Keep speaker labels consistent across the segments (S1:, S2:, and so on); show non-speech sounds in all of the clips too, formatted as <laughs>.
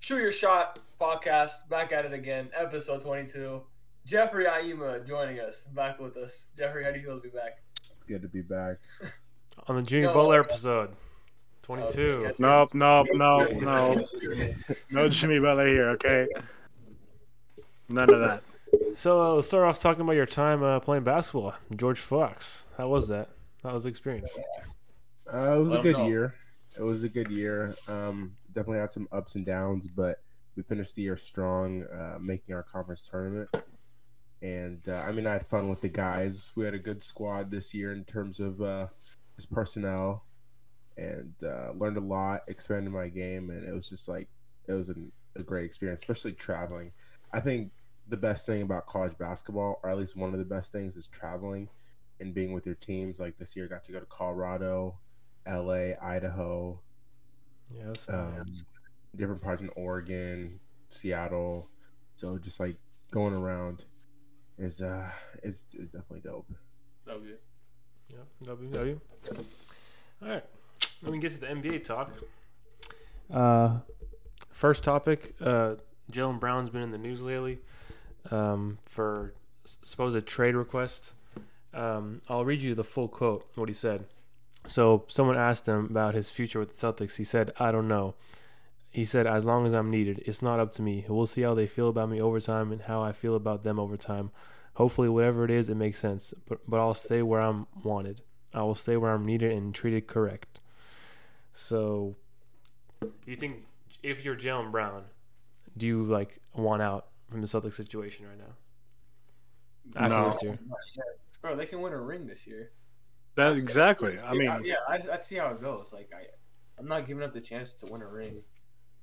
S1: Shoot Your Shot podcast back at it again, episode 22. Jeffrey Aima joining us, back with us. Jeffrey, how do you feel to be back?
S2: It's good to be back.
S3: on the Junior
S1: No.
S3: Butler episode. 22.
S1: Okay, gotcha.
S4: Nope, nope, nope, no.
S1: <laughs>
S4: No Jimmy Butler here, okay? None of that.
S3: So uh, let's start off talking about your time uh, playing basketball. George Fox. How was that? How was the experience?
S2: Uh, it was
S1: Let
S2: a
S1: 'em
S2: good
S1: know.
S2: year. It was a good year. Um, definitely had some ups and downs, but we finished the year strong, uh, making our conference tournament. And uh, I mean, I had fun with the guys. We had a good squad this year in terms of uh, just personnel, and uh, learned a lot, expanded my game, and it was just like it was an, a great experience, especially traveling. I think the best thing about college basketball, or at least one of the best things, is traveling and being with your teams. Like this year, I got to go to Colorado, LA, Idaho,
S3: Yes.
S2: um, different parts in Oregon, Seattle. So just like going around is uh is is definitely dope.
S1: That was good.
S3: Yeah, WW. All right, let me get to the NBA talk. Uh, first topic: uh, Jalen Brown's been in the news lately um, for s- supposed trade request. Um, I'll read you the full quote. What he said. So someone asked him about his future with the Celtics. He said, "I don't know." He said, "As long as I'm needed, it's not up to me. We'll see how they feel about me over time and how I feel about them over time. Hopefully, whatever it is, it makes sense. But but I'll stay where I'm wanted. I will stay where I'm needed and treated correct. So, you think if you're Jalen Brown, do you like want out from the Celtics situation right now? After
S4: No.
S3: this year,
S1: Bro, they can win a ring this year.
S4: That exactly. I
S1: I,
S4: mean,
S1: yeah, I, I see how it goes. Like, I, I'm not giving up the chance to win a ring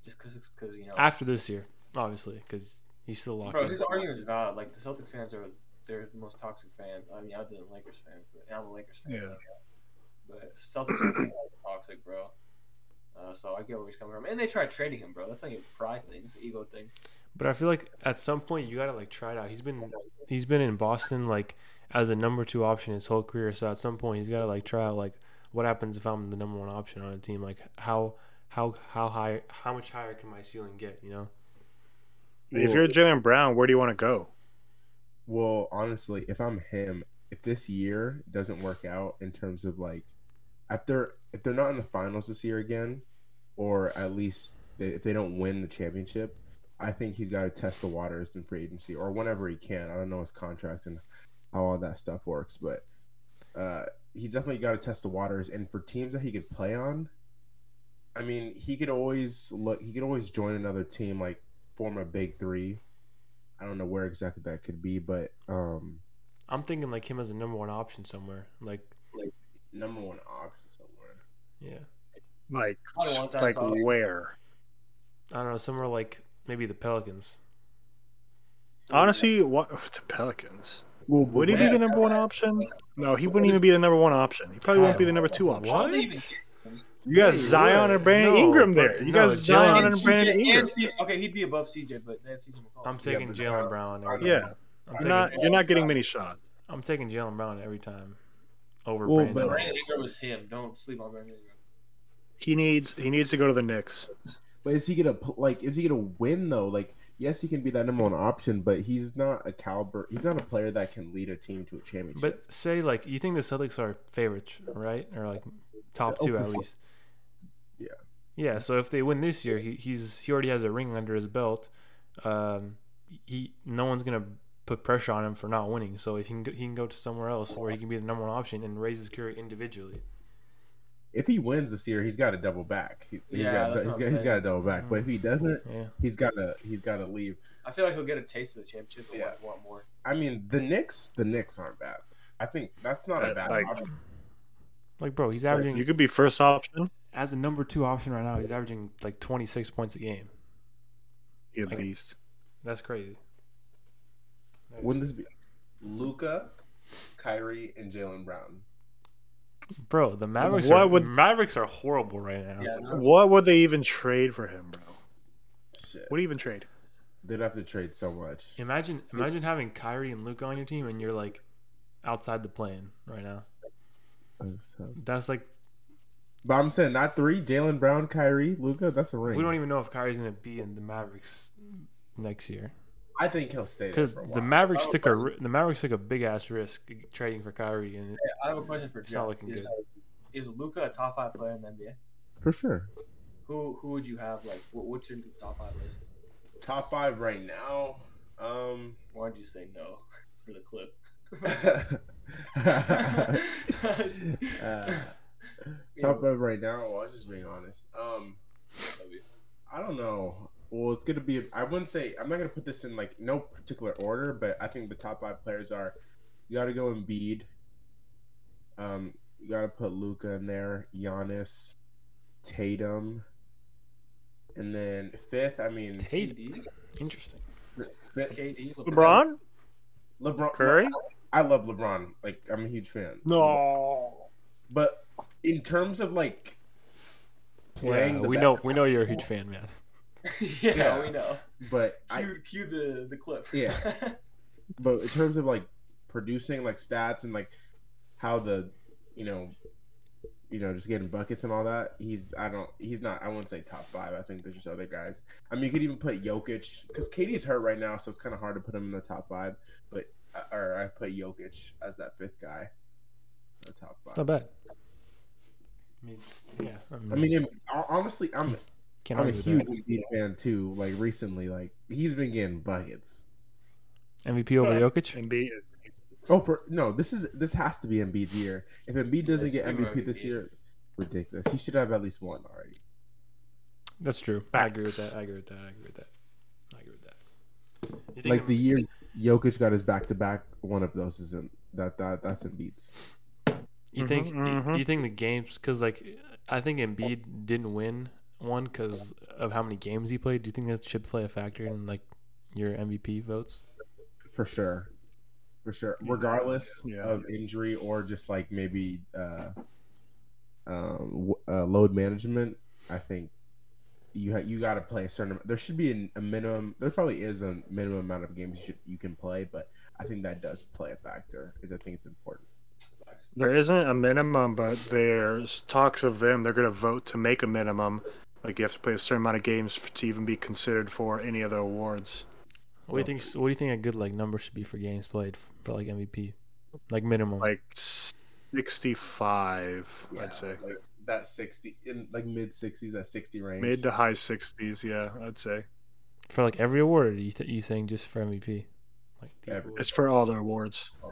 S1: just because, because you know.
S3: after this year, obviously, because he's still locked.
S1: Bro,
S3: in.
S1: his argument is valid. Like the Celtics fans are they're the most toxic fans. I mean, other than Lakers fans, but and I'm a Lakers fan. so
S4: Yeah.
S1: But Celtics fans are toxic, bro. Uh, so I get where he's coming from, and they tried trading him, bro. That's like a pride thing, it's an ego thing.
S3: But I feel like at some point you gotta like try it out. He's been he's been in Boston like as a number two option his whole career. So at some point he's gotta like try out like what happens if I'm the number one option on a team? Like how how how high how much higher can my ceiling get? You know?
S4: if you're Jalen Brown, where do you want to go?
S2: Well, honestly, if I'm him, if this year doesn't work out in terms of like if they're if they're not in the finals this year again, or at least they, if they don't win the championship, I think he's got to test the waters in free agency or whenever he can. I don't know his contracts and how all that stuff works, but uh, he's definitely got to test the waters. And for teams that he could play on, I mean, he could always look. He could always join another team, like form a big three. I don't know where exactly that could be, but um,
S3: I'm thinking like him as a number one option somewhere. Like
S2: number one option somewhere.
S3: yeah.
S4: Like,
S1: I don't want that
S4: like
S1: cost.
S4: where?
S3: I don't know, somewhere like maybe the Pelicans.
S4: Honestly, what <sighs> the Pelicans?
S2: Well,
S4: Would he be the number one option? No, he wouldn't even be the number one option. He probably won't be the number two option.
S3: What?
S4: You got
S3: Yeah, you
S4: Zion
S3: would.
S4: and Brandon
S3: No,
S4: Ingram
S3: but-
S4: there.
S3: no,
S4: You got
S3: Jalen-
S4: Zion and
S3: And
S4: Brandon
S1: CJ
S4: Ingram.
S1: and C- okay, he'd be above CJ, but they have CJ McCollum.
S3: I'm taking
S2: but
S3: Jalen
S2: Zion-
S3: Brown
S2: I
S3: every
S2: know.
S3: time.
S4: Yeah,
S3: I'm
S4: you're
S3: taking,
S4: not you're not getting many shots.
S3: I'm taking Jalen Brown every time over
S2: Well,
S3: Brandon.
S2: but-
S1: Brandon Ingram was him. Don't sleep on Brandon Ingram.
S4: He needs he needs to go to the Knicks.
S2: But is he gonna pl- like? Is he gonna win though? Like, yes, he can be that number one option, but he's not a caliber. He's not a player that can lead a team to a championship.
S3: But say like you think the Celtics are favorites, right? Or like top
S2: Oh,
S3: two
S2: for
S3: at
S2: sure.
S3: least.
S2: Yeah.
S3: Yeah. So if they win this year, he he's he already has a ring under his belt. Um, he no one's gonna put pressure on him for not winning. So if he can go, he can go to somewhere else where he can be the number one option and raise his career individually.
S2: if he wins this year, he's got to double back. He,
S1: Yeah,
S2: got,
S1: that's
S2: he's
S1: what
S2: got
S1: I'm
S2: he's got to double back. But if he doesn't,
S3: Yeah.
S2: he's got to he's got to leave.
S1: I feel like he'll get a taste of the championship and
S2: Yeah.
S1: want, want more.
S2: I mean, the Knicks, the Knicks aren't bad. I think that's not a
S4: Uh,
S2: bad
S4: like-
S2: option.
S3: Like bro, he's averaging
S4: You could be first option.
S3: as a number two option right now. He's averaging like twenty six points a game.
S4: He's a beast.
S3: That's crazy.
S2: Wouldn't this be Luca, Kyrie, and Jalen Brown?
S3: Bro, the Mavericks
S4: Why
S3: are
S4: would-
S3: Mavericks are horrible right now.
S1: Yeah, no,
S4: What would they even trade for him, bro?
S2: Shit,
S4: What do you even trade?
S2: they'd have to trade so much.
S3: Imagine imagine having Kyrie and Luca on your team and you're like outside the plan right now. That's like
S2: But I'm saying not three. Jalen Brown, Kyrie, Luca. That's a ring.
S3: We don't even know if Kyrie's going to be in the Mavericks next year.
S2: I think he'll stay there
S3: Because
S2: for a while.
S3: the Mavericks
S1: Oh,
S3: took a ri- the Mavericks took a big ass risk trading for Kyrie, and
S1: Hey, I have a question for
S3: It's not
S1: Jeff.
S3: looking
S1: is, uh,
S3: good.
S1: Is Luca a top five player in the NBA?
S2: for sure.
S1: Who who would you have? Like, what, what's your top five list?
S2: Top five right now.
S3: <laughs>
S2: Um, <laughs>
S1: Why'd you say no <laughs> for the clip?
S2: <laughs> Uh, top five right now. Well, I was just being honest. Um, I don't know. Well, it's gonna be. I wouldn't say. I'm not gonna put this in like no particular order, but I think the top five players are. You got to go Embiid. Um, you got to put Luca in there. Giannis, Tatum, and then fifth. I mean,
S3: Tate, interesting.
S2: fifth-
S1: KD,
S4: LeBron?
S2: LeBron
S4: Curry?
S2: I love LeBron. Like I'm a huge fan.
S4: No.
S2: but in terms of like playing,
S3: Yeah,
S2: the
S3: we
S2: best
S3: know we know you're a huge fan, man.
S1: <laughs> yeah,
S2: Yeah.
S1: we know.
S2: basketball, <laughs> But I,
S1: Cue, cue the the clip.
S2: Yeah. but in terms of like producing like stats and like how the you know you know just getting buckets and all that he's i don't he's not i wouldn't say top five i think there's just other guys i mean you could even put jokic because katie's hurt right now so it's kind of hard to put him in the top five but uh, or i put jokic as that fifth guy in the top
S3: It's
S2: five
S3: not bad. I mean, yeah.
S2: i mean and hon- honestly i'm
S3: can't
S2: i'm a
S3: argue with
S2: huge
S3: that.
S2: Embiid fan too like recently like he's been getting buckets
S3: MVP over
S4: Yeah.
S3: Jokic.
S4: Embiid.
S2: Oh, for no, this is this has to be Embiid's year. If Embiid doesn't
S1: It's
S2: get
S1: gonna
S2: MVP this
S1: be-
S2: year, ridiculous. He should have at least one already.
S3: That's true. I agree with that. I agree with that. I agree with that. I agree with that. You think
S2: Like the year Jokic got his back to back, one of those is in, that that that's Embiid's.
S3: You think
S4: Mhm, mhm.
S3: you think the games because like I think Embiid didn't win one because of how many games he played. Do you think that should play a factor in like your MVP votes?
S2: for sure, for sure. Regardless
S4: Yeah.
S2: of injury or just like maybe uh, um, w- uh, load management, I think you ha- you got to play a certain. There should be an, a minimum. There probably is a minimum amount of games you, should, you can play, but I think that does play a factor. Is I think it's important.
S4: There isn't a minimum, but there's talks of them. They're going to vote to make a minimum. Like you have to play a certain amount of games f- to even be considered for any other awards.
S3: What do you think? What do you think a good like number should be for games played for like MVP, like minimum?
S4: Like 65,
S2: Yeah,
S4: I'd say.
S2: like that sixty in like mid sixties, that sixty range.
S4: Mid to high 60s, yeah, I'd say.
S3: for like every award? Are you th- you saying just for MVP? Like the
S2: Every-
S3: award.
S4: It's for all the awards.
S2: I-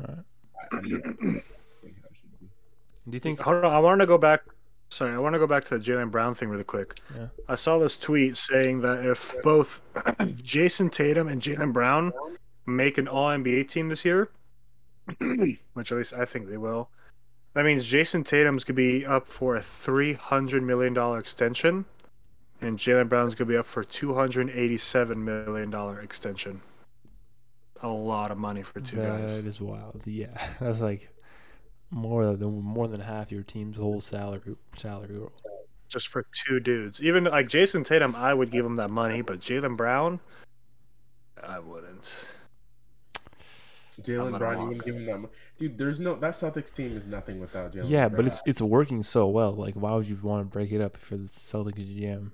S3: Alright.
S2: I mean, I think how it should be.
S3: Do you think?
S4: Hold on, I want to go back. Sorry, I want to go back to the Jalen Brown thing really quick.
S3: Yeah.
S4: I saw this tweet saying that if both <clears throat> Jason Tatum and Jalen Brown make an All NBA team this year, <clears throat> which at least I think they will, that means Jason Tatum's gonna be up for a three hundred million dollar extension, and Jalen Brown's gonna be up for two hundred eighty-seven million dollar extension. A lot of money for two guys.
S3: That is wild. <laughs> Yeah, that's like more than more than half your team's whole salary salary.
S4: just for two dudes. Even like Jason Tatum, I would give him that money, but Jalen Brown, I wouldn't.
S2: Jalen
S4: gonna
S2: Brown, you
S4: walk.
S2: wouldn't give him that much. Dude, there's no that Celtics team is nothing without Jalen.
S3: Yeah, uh, but
S2: Brown.
S3: it's it's working so well. Like, why would you want to break it up for the Celtics GM?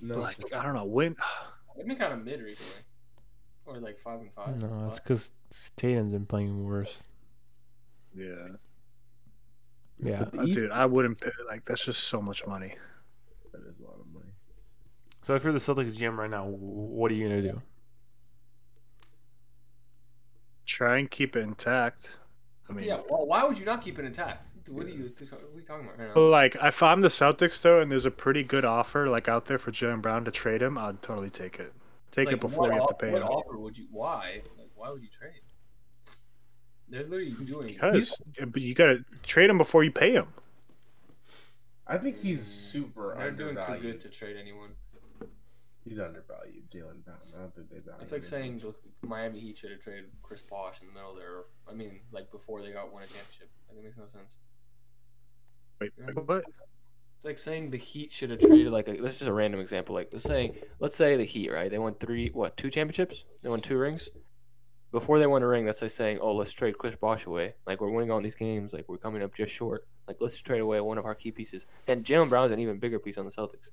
S2: no.
S4: Like I don't know when.
S1: <laughs>
S4: <sighs>
S1: They've been kind of mid recently, or like five and five.
S3: No, it's because Tatum's been playing worse.
S4: Yeah,
S3: Yeah,
S2: But the East
S4: uh, dude, I wouldn't. pay- Like that's just so much money.
S2: that is a lot of money.
S3: <laughs> So if you're the Celtics GM right now, wh- what are you gonna do?
S4: Try and keep it intact. I mean,
S1: Yeah, well, why would you not keep it intact? What are you, what are you talking about right now?
S4: like if I'm the Celtics though, and there's a pretty good offer like out there for Jalen Brown to trade him, I'd totally take it. Take
S1: Like,
S4: it before you have to
S1: off-
S4: pay
S1: What
S4: him.
S1: offer would you? Why? Like, why would you trade? They're literally doing.
S4: Because but you gotta trade him before you pay him.
S2: I think he's super
S1: They're doing too good
S2: undervalued.
S1: to trade anyone.
S2: He's undervalued, Jalen Brown. I don't think they value.
S1: It's like
S2: him.
S1: saying the Miami Heat should have traded Chris Bosh in the middle of their. I mean, like before they got won a championship. Like, it makes no sense.
S4: Wait,
S1: Yeah.
S4: what?
S1: It's like saying the Heat should have traded like a, this is a random example. Like let's say let's say the Heat right, they won three what two championships? They won two rings.
S5: before they won a ring, that's like saying, "Oh, let's trade Chris Bosh away. Like we're winning all these games. Like we're coming up just short. Like let's trade away one of our key pieces." And Jalen Brown's an even bigger piece on the Celtics.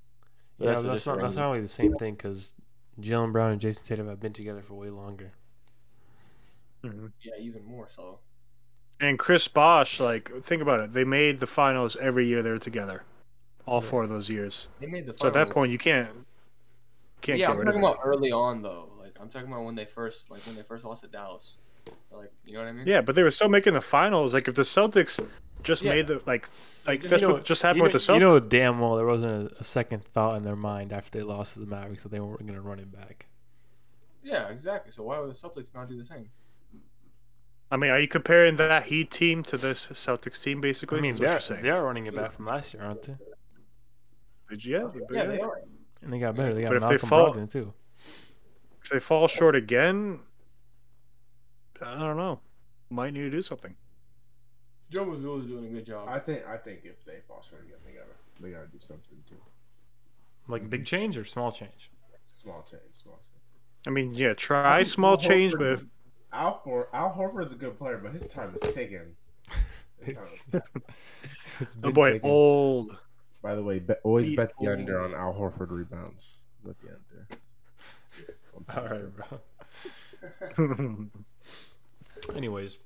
S5: But
S3: Yeah,
S5: that's
S3: that's,
S5: just
S3: not that's
S5: random.
S3: not really the same thing because Jalen Brown and Jason Tatum have been together for way longer.
S4: Mhm.
S1: Yeah, even more so.
S4: And Chris Bosch, like, think about it. They made the finals every year they were together, all four of those years.
S1: They made the
S4: So at that point, you can't can't
S1: yeah,
S4: get
S1: I'm
S4: rid of
S1: talking
S4: it.
S1: about early on though. Like I'm talking about when they first, like when they first lost to Dallas. Like you know what I mean?
S4: Yeah, but they were still making the finals. Like if the Celtics just
S1: Yeah.
S4: made the like like
S3: You
S4: that's
S3: know-
S4: what just happened
S3: you
S4: with
S3: know,
S4: the Celtics.
S3: You know damn well there wasn't a, a second thought in their mind after they lost to the Mavericks that they weren't going to run it back.
S1: Yeah, exactly. So why would the Celtics not do the same?
S4: I mean, are you comparing that Heat team to this Celtics team basically?
S3: I mean,
S4: Is what
S3: they're,
S4: you're saying.
S3: they're running it back from last year, aren't they?
S4: yeah, but
S1: Yeah,
S4: yeah.
S1: they are.
S3: And they got better. They got
S4: But if they
S3: Malcolm
S4: fall-
S3: Brogdon too.
S4: If they fall short again, I don't know. Might need to do something.
S1: Joe Mazzulla's doing a good job.
S2: I think I think if they fall short again, they gotta they gotta do something too.
S3: Like big change or small <laughs> change?
S2: Small change, small change.
S4: I mean, yeah, try small
S2: Al
S4: change,
S2: Horford-
S4: but if,
S2: Al for Al Horford's a good player, but his time is
S3: <laughs>
S2: ticking. His time is
S3: It's,
S2: ticking.
S3: it's
S4: oh
S3: been
S4: boy,
S3: taken.
S4: old.
S2: By the way, bet, always
S4: He-
S2: bet the under on Al Horford rebounds. Bet the
S4: <laughs>
S2: under. On
S3: All
S2: pass
S3: right, bro. <laughs>
S4: <laughs> I
S3: Anyways,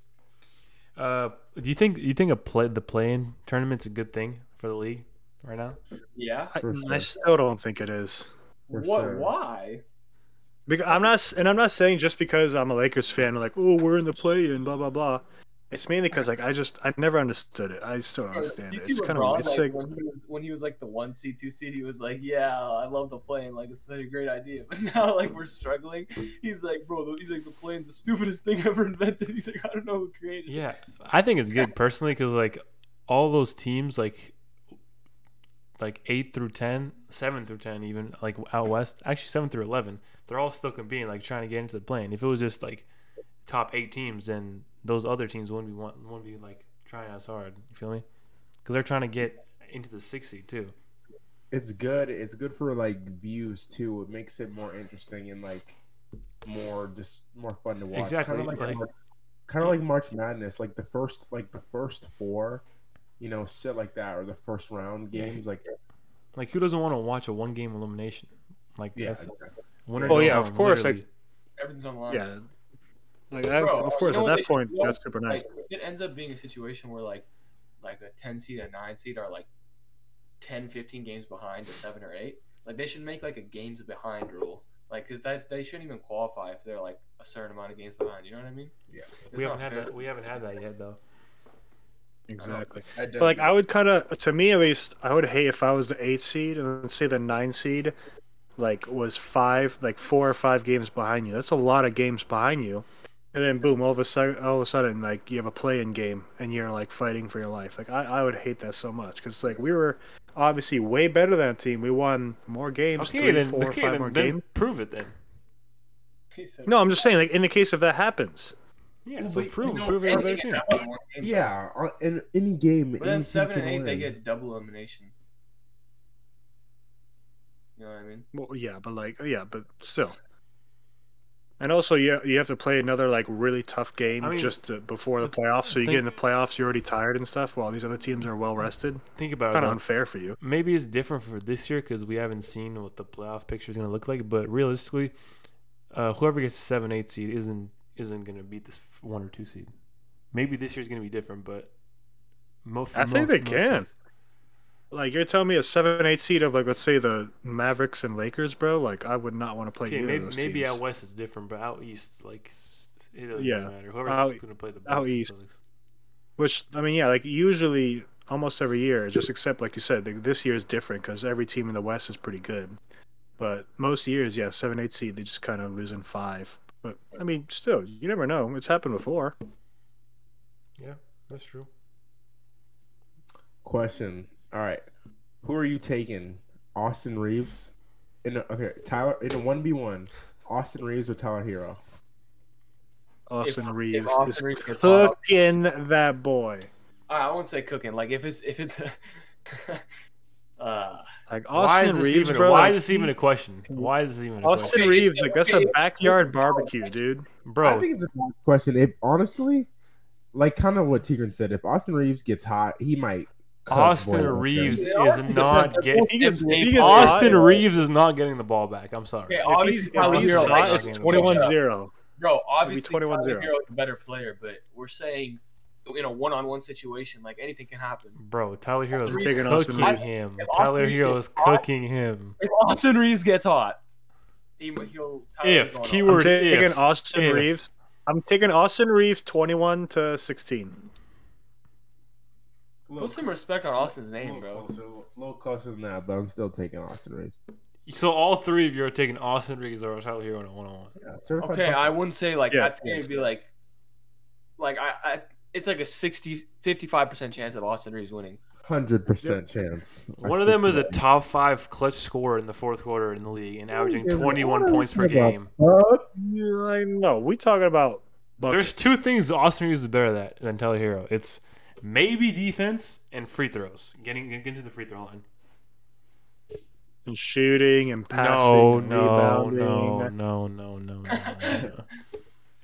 S3: uh, do you think you think a play the play-in tournament's a good thing for the league right now?
S1: yeah.
S2: For
S4: Mm, I
S2: sure.
S4: still don't think it is.
S2: For
S1: what?
S2: sure.
S1: Why?
S4: Because I'm not, and I'm not saying just because I'm a Lakers fan, like, oh, we're in the play and blah blah blah. It's mainly because like I just I never understood it. I still don't understand
S1: You
S4: it.
S1: see
S4: It's kind
S1: LeBron,
S4: of it's
S1: like,
S4: like,
S1: when, he was, when he was like the one seed, two seed, he was like, "Yeah, I love the plane. Like, it's such a great idea." <laughs> But now, like, we're struggling. He's like, "Bro, the- he's like the plane's the stupidest thing <laughs> ever invented." He's like, "I don't know who created." it."
S3: Yeah, I think it's good personally because like all those teams, like like eight through 10, 7 through ten, even like out west, actually seven through eleven, they're all still competing, like trying to get into the plane. If it was just like top eight teams, then those other teams wouldn't be want, wouldn't be like trying as hard. You feel me? Because they're trying to get into the sixty too.
S2: It's good. It's good for like views too. It makes it more interesting and like more just more fun to watch.
S3: Exactly,
S2: Kind of like,
S3: like-
S2: kind of like March Madness. Like the first like the first four, you know, shit like that, or the first round games. Like
S3: Like who doesn't want to watch a one game elimination? Like
S2: yeah,
S3: that's winner
S2: Oh,
S3: goes
S4: yeah, of
S3: home,
S4: course,
S3: literally.
S1: Everything's online.
S4: yeah, like that,
S1: Bro,
S4: of
S1: you
S4: course.
S1: know what they
S4: At that
S1: should
S4: point,
S1: do?
S4: that's super nice.
S1: Like, if it ends up being a situation where like, like a ten seed and a nine seed are like 10, 15 games behind, or seven or eight. Like, they should make like a games behind rule. Like, because they shouldn't even qualify if they're like a certain amount of games behind. You know what I mean?
S2: Yeah.
S1: It's
S3: we
S1: not
S3: haven't had
S1: fair.
S3: that. We haven't had that yet though.
S4: Exactly.
S2: That
S4: But like I would kind of, to me at least, I would hate if I was the eight seed and then say the nine seed, like was five, like four or five games behind you. That's a lot of games behind you, and then boom, all of a sudden, all of a sudden, like you have a play-in game and you're like fighting for your life. Like I, I would hate that so much because like we were obviously way better than that team. We won more games,
S3: Okay,
S4: three,
S3: then,
S4: four,
S3: okay,
S4: five
S3: then,
S4: more
S3: then
S4: games.
S3: prove it then.
S1: <laughs> He said- <laughs>
S4: No, I'm just saying, like in the case if that happens,
S3: Yeah,
S2: Well,
S3: so
S2: but, you
S3: prove
S2: know,
S3: prove it
S1: Hey,
S3: on their
S1: they
S3: team.
S1: get that one more game.
S2: yeah, on, in any game,
S1: But
S2: any
S1: then
S2: team
S1: seven
S2: can
S1: and eight, they
S2: win.
S1: get double elimination. You know what I mean?
S4: Well, yeah, but like, oh, yeah, but still. And also, you you have to play another like really tough game
S3: I mean,
S4: just to, before the playoffs. So you
S3: think-
S4: get in the playoffs, you're already tired and stuff. While these other teams are well rested,
S3: Think about it.
S4: kind of
S3: though.
S4: unfair for you.
S3: Maybe it's different for this year because we haven't seen what the playoff picture is going to look like. But realistically, uh, whoever gets the seven eight seed isn't isn't going to beat this f- one or two seed. Maybe this year's going to be different, but most
S4: I
S3: most-
S4: think they
S3: most
S4: can.
S3: days-
S4: Like you're telling me a seven eight seed of like let's say the Mavericks and Lakers, bro. Like I would not want to play
S3: Okay,
S4: either
S3: maybe
S4: of those
S3: maybe
S4: teams.
S3: out west is different, but out east like s- it doesn't
S4: Yeah.
S3: really matter. Whoever's
S4: Out-
S3: going to play the best.
S4: out
S3: is
S4: east.
S3: Celtics.
S4: Which I mean, yeah, like usually almost every year, just except like you said, like, this year is different because every team in the West is pretty good. But most years, yeah, seven, eight seed, they just kind of lose in five. But I mean, still, you never know. It's happened before.
S3: Yeah, that's true.
S2: Question. All right. Who are you taking? Austin Reeves? In a, okay, Tyler in a one v one, Austin Reeves or Tyler Hero?
S4: Austin
S1: if
S4: Reeves is
S1: Austin Reeves gets hot-
S4: cooking that boy.
S1: I I won't say cooking. Like if it's if it's <laughs> Uh,
S4: Like
S3: why is
S4: Austin
S3: this
S4: Reeves,
S3: even?
S4: bro.
S3: why
S4: like,
S3: is this even a question? Why is this even a
S4: Austin
S1: Okay,
S4: Reeves,
S1: it's
S4: like that's a
S1: okay.
S4: backyard barbecue, dude.
S3: question,
S2: I
S3: bro?
S2: think it's a bad question. If honestly, like kind of what Tigran said, if Austin Reeves gets hot, he might. cut
S3: Austin
S2: Boyle up
S3: Reeves
S2: there.
S1: They
S3: is
S1: are-
S3: not getting.
S4: He gets,
S1: If
S4: he gets
S3: Austin
S4: hot,
S3: Reeves is not getting the ball back. I'm sorry.
S1: okay,
S4: If he's,
S1: obviously,
S4: if he's
S1: Tyler Hero-
S4: hot,
S3: like,
S4: it's
S3: like,
S4: 21-0.
S1: Bro, obviously,
S4: 21-0.
S1: Tyler Hero is a better player, but we're saying in a one-on-one situation, like anything can happen.
S3: Bro, Tyler Hero is
S1: Austin
S4: Reeves-
S3: cooking
S4: Austin
S1: Reeves-
S3: him.
S1: if Austin
S3: Tyler
S1: Reeves
S3: Hero
S1: gets
S3: is
S1: hot-
S3: cooking him.
S1: If Austin Reeves gets hot, he, will
S3: If
S4: I'm
S3: keyword
S4: taking
S3: if
S4: Austin
S3: if.
S4: Reeves. I'm taking Austin Reeves 21 to 16.
S2: Little-
S1: Put some respect on Austin's name,
S2: little
S1: bro.
S2: closer- A little closer than that, but I'm still taking Austin Reeves.
S3: So all three of you are taking Austin Reeves over Tyler Hero in a one on one.
S2: Yeah, certified
S1: Okay,
S2: bum.
S1: I wouldn't say like
S4: Yeah,
S1: that's
S4: yeah,
S1: going to be like, like I, I, it's like a 60, 55 percent chance of Austin Reeves winning.
S2: hundred percent chance. I
S3: One of
S2: stick
S3: them
S2: to
S3: is a
S2: that.
S3: top five clutch scorer in the fourth quarter in the league and averaging
S2: Yeah,
S3: twenty one
S2: what are
S3: points
S2: you
S3: per
S2: talking about?
S3: game.
S2: Fuck.
S4: Yeah, I know. We talking about buckets.
S3: There's two things Austin Reeves is better at than Tyler Hero. It's maybe defense and free throws. Getting getting to the free throw line.
S4: and shooting and passing,
S3: No,
S4: and
S3: no,
S4: rebounding.
S3: no, no, no, no, no,
S4: <laughs>
S3: no.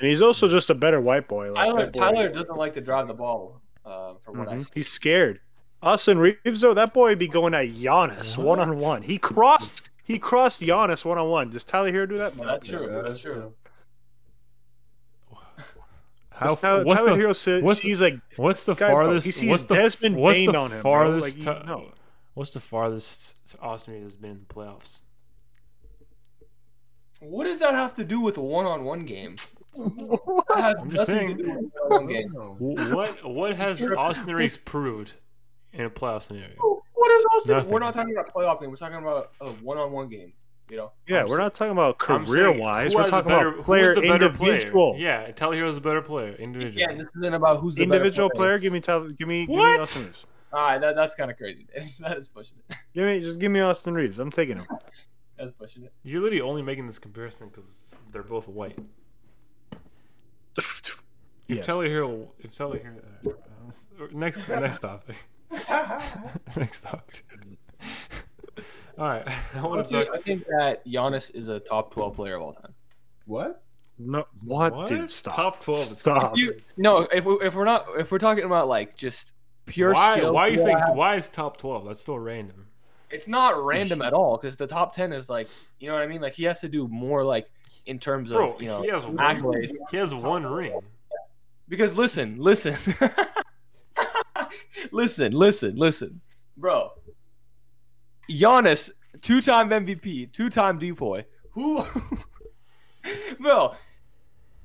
S4: And he's also just a better white boy. Like
S1: Tyler,
S4: that boy.
S1: Tyler doesn't like to drive the ball, um, from what I
S3: Mm-hmm.
S4: Mhm.
S1: see.
S4: He's scared. Austin Reeves, though, that boy be going at Giannis
S3: What?
S4: one on one. He crossed. He crossed Giannis one on one. Does Tyler Hero do that?
S1: No, that's true. That's true.
S3: How,
S4: Does Tyler,
S3: what's
S4: Tyler
S3: the
S4: Hero si-
S3: what's the-
S4: sees like
S3: What's the
S4: Guy, bro,
S3: farthest?
S4: he sees
S3: what's the
S4: Desmond
S3: what's
S4: Bain
S3: the
S4: on him, bro.
S3: farthest?
S4: Like, you
S3: ti-
S4: know.
S3: What's the farthest Austin Reed has been in the playoffs?
S1: What does that have to do with a one-on-one game? <laughs>
S3: <laughs>
S4: what?
S1: That has
S3: I'm just
S1: nothing
S3: saying.
S1: to do with a one-on-one game.
S3: <laughs> What what has Austin <laughs> Reeves proved in a playoff scenario?
S1: What is Austin?
S3: Nothing.
S1: We're not talking about playoff game. We're talking about a one-on-one game. You know,
S4: Yeah,
S3: I'm
S4: we're
S3: sa-
S4: not talking about
S3: I'm saying,
S4: career wise.
S3: who
S4: We're
S3: has a
S4: talking
S3: better,
S4: about
S3: who is
S4: player
S3: the better
S4: individual.
S3: player. Yeah, Tyler Hero's a better player individual.
S1: yeah, this isn't about who's the better
S4: individual player. Give me Tyler. Give me. Give me
S3: What?
S4: Austin Reeves.
S1: All right, that, that's kind of crazy. <laughs> that is pushing it.
S4: Give me just give me Austin Reeves. I'm taking him.
S1: That's pushing it.
S3: You're literally only making this comparison because they're both white. If
S4: Yes.
S3: Tyler Hero, if Tyler Hero, uh, next next topic, <laughs> next topic. <laughs> All right, <laughs> I want to
S1: Dude,
S3: talk.
S1: I think that Giannis is a top twelve player of all time.
S2: What?
S4: No, what, dude? Stop.
S3: Top twelve. is-
S4: Stop.
S1: You- no, if we, if we're not if we're talking about like just pure
S3: why,
S1: skill,
S3: Why are you
S1: yeah,
S3: saying? Why is top twelve? That's still random.
S1: it's not random at all? Because the top ten is like you know what I mean. Like he has to do more like in terms of
S3: Bro,
S1: you know
S3: he has one.
S1: accolades.
S3: He has one ring.
S1: Because listen, listen, <laughs> listen, listen, listen, bro. Giannis, two-time MVP, two-time D-boy. Who, <laughs> bro?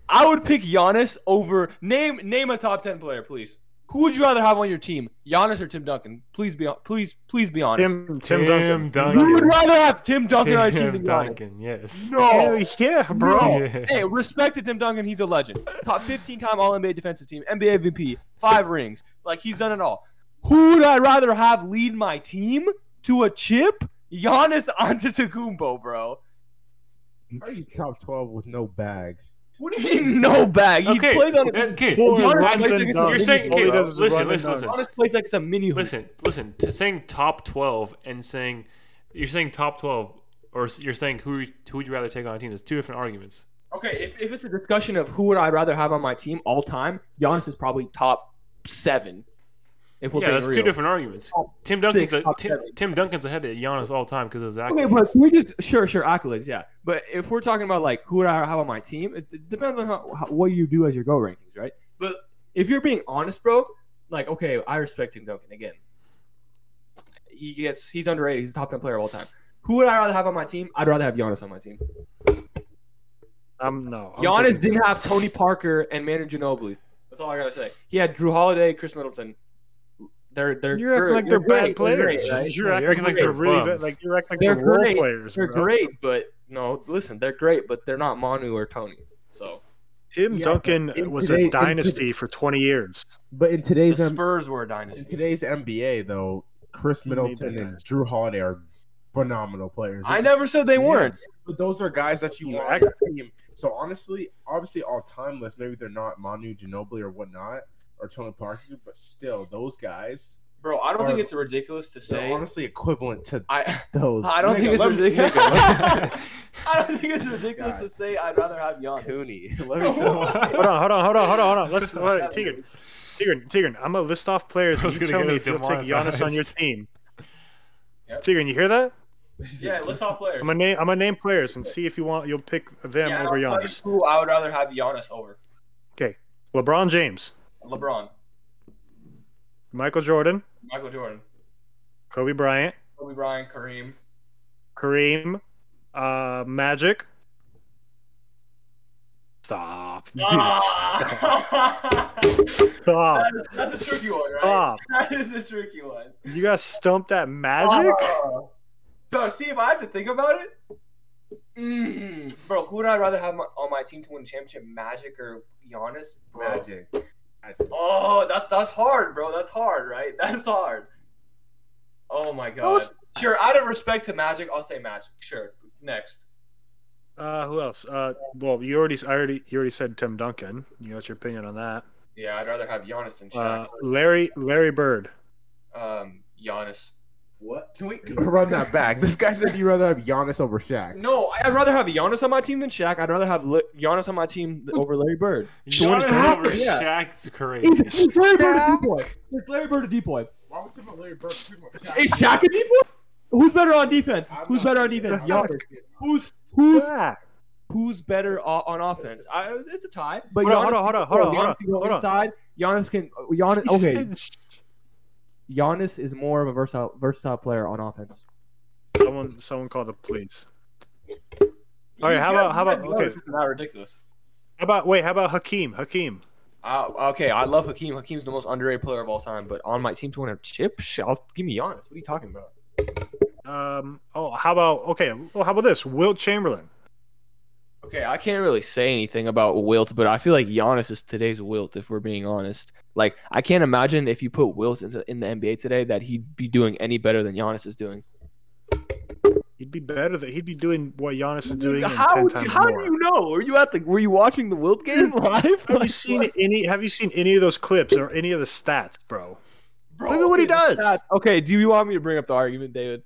S1: I would pick Giannis over name name a top ten player, please. Who would you rather have on your team, Giannis or Tim Duncan? Please be please please be honest.
S4: Tim, Tim,
S3: Tim
S4: Duncan.
S1: you would
S3: Duncan.
S1: rather have Tim Duncan on
S3: <laughs>
S1: your team
S3: Tim
S1: than Giannis.
S3: Duncan. Yes.
S1: No,
S4: Hell yeah, bro.
S3: Yeah.
S1: Hey, respect to Tim Duncan. He's a legend. Top 15 time All NBA defensive team, NBA MVP, five rings. Like, he's done it all. Who would I rather have lead my team to a chip? Giannis Antetokounmpo, bro.
S2: How Are you top twelve with no bag?
S1: What do you
S3: <laughs>
S1: mean, no bag? He
S3: Okay.
S1: plays on a.
S3: that- okay.
S4: Boy,
S1: Giannis
S4: runs
S1: plays
S4: and
S1: against-
S4: dunks.
S1: You're
S3: saying-
S4: All he
S3: okay,
S4: does is
S3: listen,
S4: run and
S3: listen,
S4: dunk.
S3: listen.
S1: Giannis plays like some mini hoop.
S3: Listen, listen. To saying top twelve and saying you're saying top twelve, or s- you're saying who you- who would you rather take on a team? There's two different arguments.
S1: Okay, if, if it's a discussion of who would I rather have on my team all time, Giannis is probably top seven. If we're
S3: yeah,
S1: being
S3: that's
S1: real.
S3: two different arguments.
S1: Top
S3: Tim Duncan's
S1: six,
S3: a,
S1: top
S3: Tim,
S1: seven.
S3: Tim Duncan's ahead of Giannis all the time because of his
S1: Okay,
S3: accolades.
S1: but can we just sure, sure accolades, yeah. But if we're talking about like who would I have on my team, it, it depends on how, how what you do as your go rankings, right? But if you're being honest, bro, like okay, I respect Tim Duncan again. He gets he's underrated. He's a top ten player of all time. Who would I rather have on my team? I'd rather have Giannis on my team.
S4: I'm no. I'm
S1: Giannis
S4: taking-
S1: didn't have Tony Parker and Manu Ginobili. That's all I gotta say. He had Drew Holiday, Chris Middleton. They're they're
S4: You're acting like they're bad
S1: great,
S4: players.
S1: great, right?
S4: You're acting like they're really
S3: bums.
S4: bad. Like you're acting like
S1: They're
S4: they're role
S1: great.
S4: players.
S1: They're
S4: bro.
S1: great, but no, listen, they're great, but they're not Manu or Tony. So
S4: Tim
S2: Yeah,
S4: Duncan
S2: in
S4: was
S2: today-
S4: a
S2: in
S4: dynasty
S2: today-
S4: for 20 years.
S2: But in
S1: the
S2: today's M-
S1: Spurs were a
S2: in
S1: dynasty.
S2: today's NBA though, Chris
S4: He made
S2: Middleton
S4: that
S2: and
S4: nice.
S2: Drew Holiday are phenomenal players.
S1: I never said they
S2: Yeah.
S1: weren't.
S2: But those are guys that you
S4: Yeah,
S2: want on your team. So honestly, obviously all timeless. Maybe they're not Manu Ginobili or whatnot or Tony Parker, but still those guys
S1: Bro, I don't
S2: Or-
S1: think it's ridiculous to
S2: They're
S1: say.
S2: honestly equivalent to
S1: I, <laughs>
S2: those.
S1: I don't
S2: Nigga,
S1: think it's
S2: let me- nigga,
S1: I don't think it's ridiculous
S2: God.
S1: to say I'd rather have <laughs> Giannis.
S2: Cooney. Let me tell you.
S4: Hold on, hold on, hold on, hold on, hold on. Let's
S1: That
S4: wait,
S1: is-
S4: Tigran, Tigran, Tigran. I'm gonna list off
S3: I
S4: players. And
S3: was
S4: you
S3: gonna
S4: tell
S3: get
S4: me
S3: it
S4: if you'll take Giannis on
S3: <laughs>
S4: your
S3: demonetized.
S4: team.
S1: Yep.
S4: Tigran, you hear that?
S1: Yeah, list off players.
S4: I'm gonna name. I'm gonna name players and see if you want. You'll pick them
S1: Yeah,
S4: over
S1: I'll tell you
S4: Giannis.
S1: Who I would rather have Giannis over
S4: LeBron James,
S1: LeBron,
S4: Michael Jordan,
S1: Michael Jordan,
S4: Kobe Bryant,
S1: Kobe Bryant, Kareem,
S4: Kareem, uh, Magic.
S1: <laughs>
S4: Stop. dude,
S1: Ah! <laughs>
S4: Stop.
S1: That is- that's a tricky one, right?
S4: Stop.
S1: That is a tricky one.
S4: You got stumped at Magic.
S1: Oh. Bro, see if I have to think about it. Mm. Bro, who would I rather have my, on my team to win the championship? Magic or Giannis? Bro. <laughs>
S2: Magic.
S1: Oh, that's that's hard, bro. That's hard, right? <laughs> That's hard. Oh my god.
S4: it's-
S1: Sure, out of respect to Magic, I'll say Magic. Sure. Next.
S4: Uh, who else? Uh, well, you already, I already, you already said Tim Duncan. You got your opinion on that.
S1: Yeah, I'd rather have Giannis than
S4: Uh,
S1: Shaq.
S4: Larry, Larry Bird.
S1: um, Giannis.
S2: What? Can we <laughs> run that back? This guy said you'd rather have Giannis over Shaq.
S1: No, I- I'd rather have Giannis on my team than Shaq. I'd rather have Li- Giannis on my team th- over Larry Bird.
S3: Giannis over
S1: Yeah.
S3: Shaq's crazy.
S2: He's, he's Larry Bird a
S1: Shaq.
S2: deep boy.
S1: Is Larry Bird a deep boy?
S2: Why would you put Larry Bird a deep boy?
S1: Is Shaq a deep boy?
S6: Who's better on defense?
S2: I'm
S6: Who's
S2: not-
S6: better on defense?
S2: I'm not-
S6: Giannis. Who's who's
S4: Yeah.
S1: Who's better o- on offense? I, it's a tie.
S6: but
S4: Hold on,
S6: Giannis
S4: hold on, hold on, hold on,
S6: Giannis
S4: hold on,
S6: can go
S4: hold on.
S6: inside. Giannis can Giannis okay. Giannis is more of a versatile versatile player on offense.
S4: Someone, someone call the police. All right, Oh, how
S1: You guys-
S4: about- how
S1: you guys
S4: about-
S1: know
S4: okay.
S1: This is not ridiculous.
S4: How about wait? How about Hakeem? Hakeem.
S1: Uh, okay, I love Hakeem. Hakeem's the most underrated player of all time, but on my team to win a chip, Sh- I'll give me Giannis. What are you talking about?
S4: Um. Oh, how about okay? Well, how about this? Wilt Chamberlain.
S1: Okay, I can't really say anything about Wilt, but I feel like Giannis is today's Wilt, if we're being honest. Like, I can't imagine if you put Wilt into, in the NBA today that he'd be doing any better than Giannis is doing.
S4: He'd be better. That he'd be doing what Giannis is doing. in
S1: how
S4: ten
S1: would
S4: times
S1: you, how <laughs>
S4: more.
S1: do you know? Were you at the Were you watching the Wilt game live?
S4: Have you seen any? Have you seen any of those clips or any of the stats, bro?
S1: Bro,
S4: Look at what he
S1: okay,
S4: does.
S1: Shaq- Okay, do you want me to bring up the argument, David?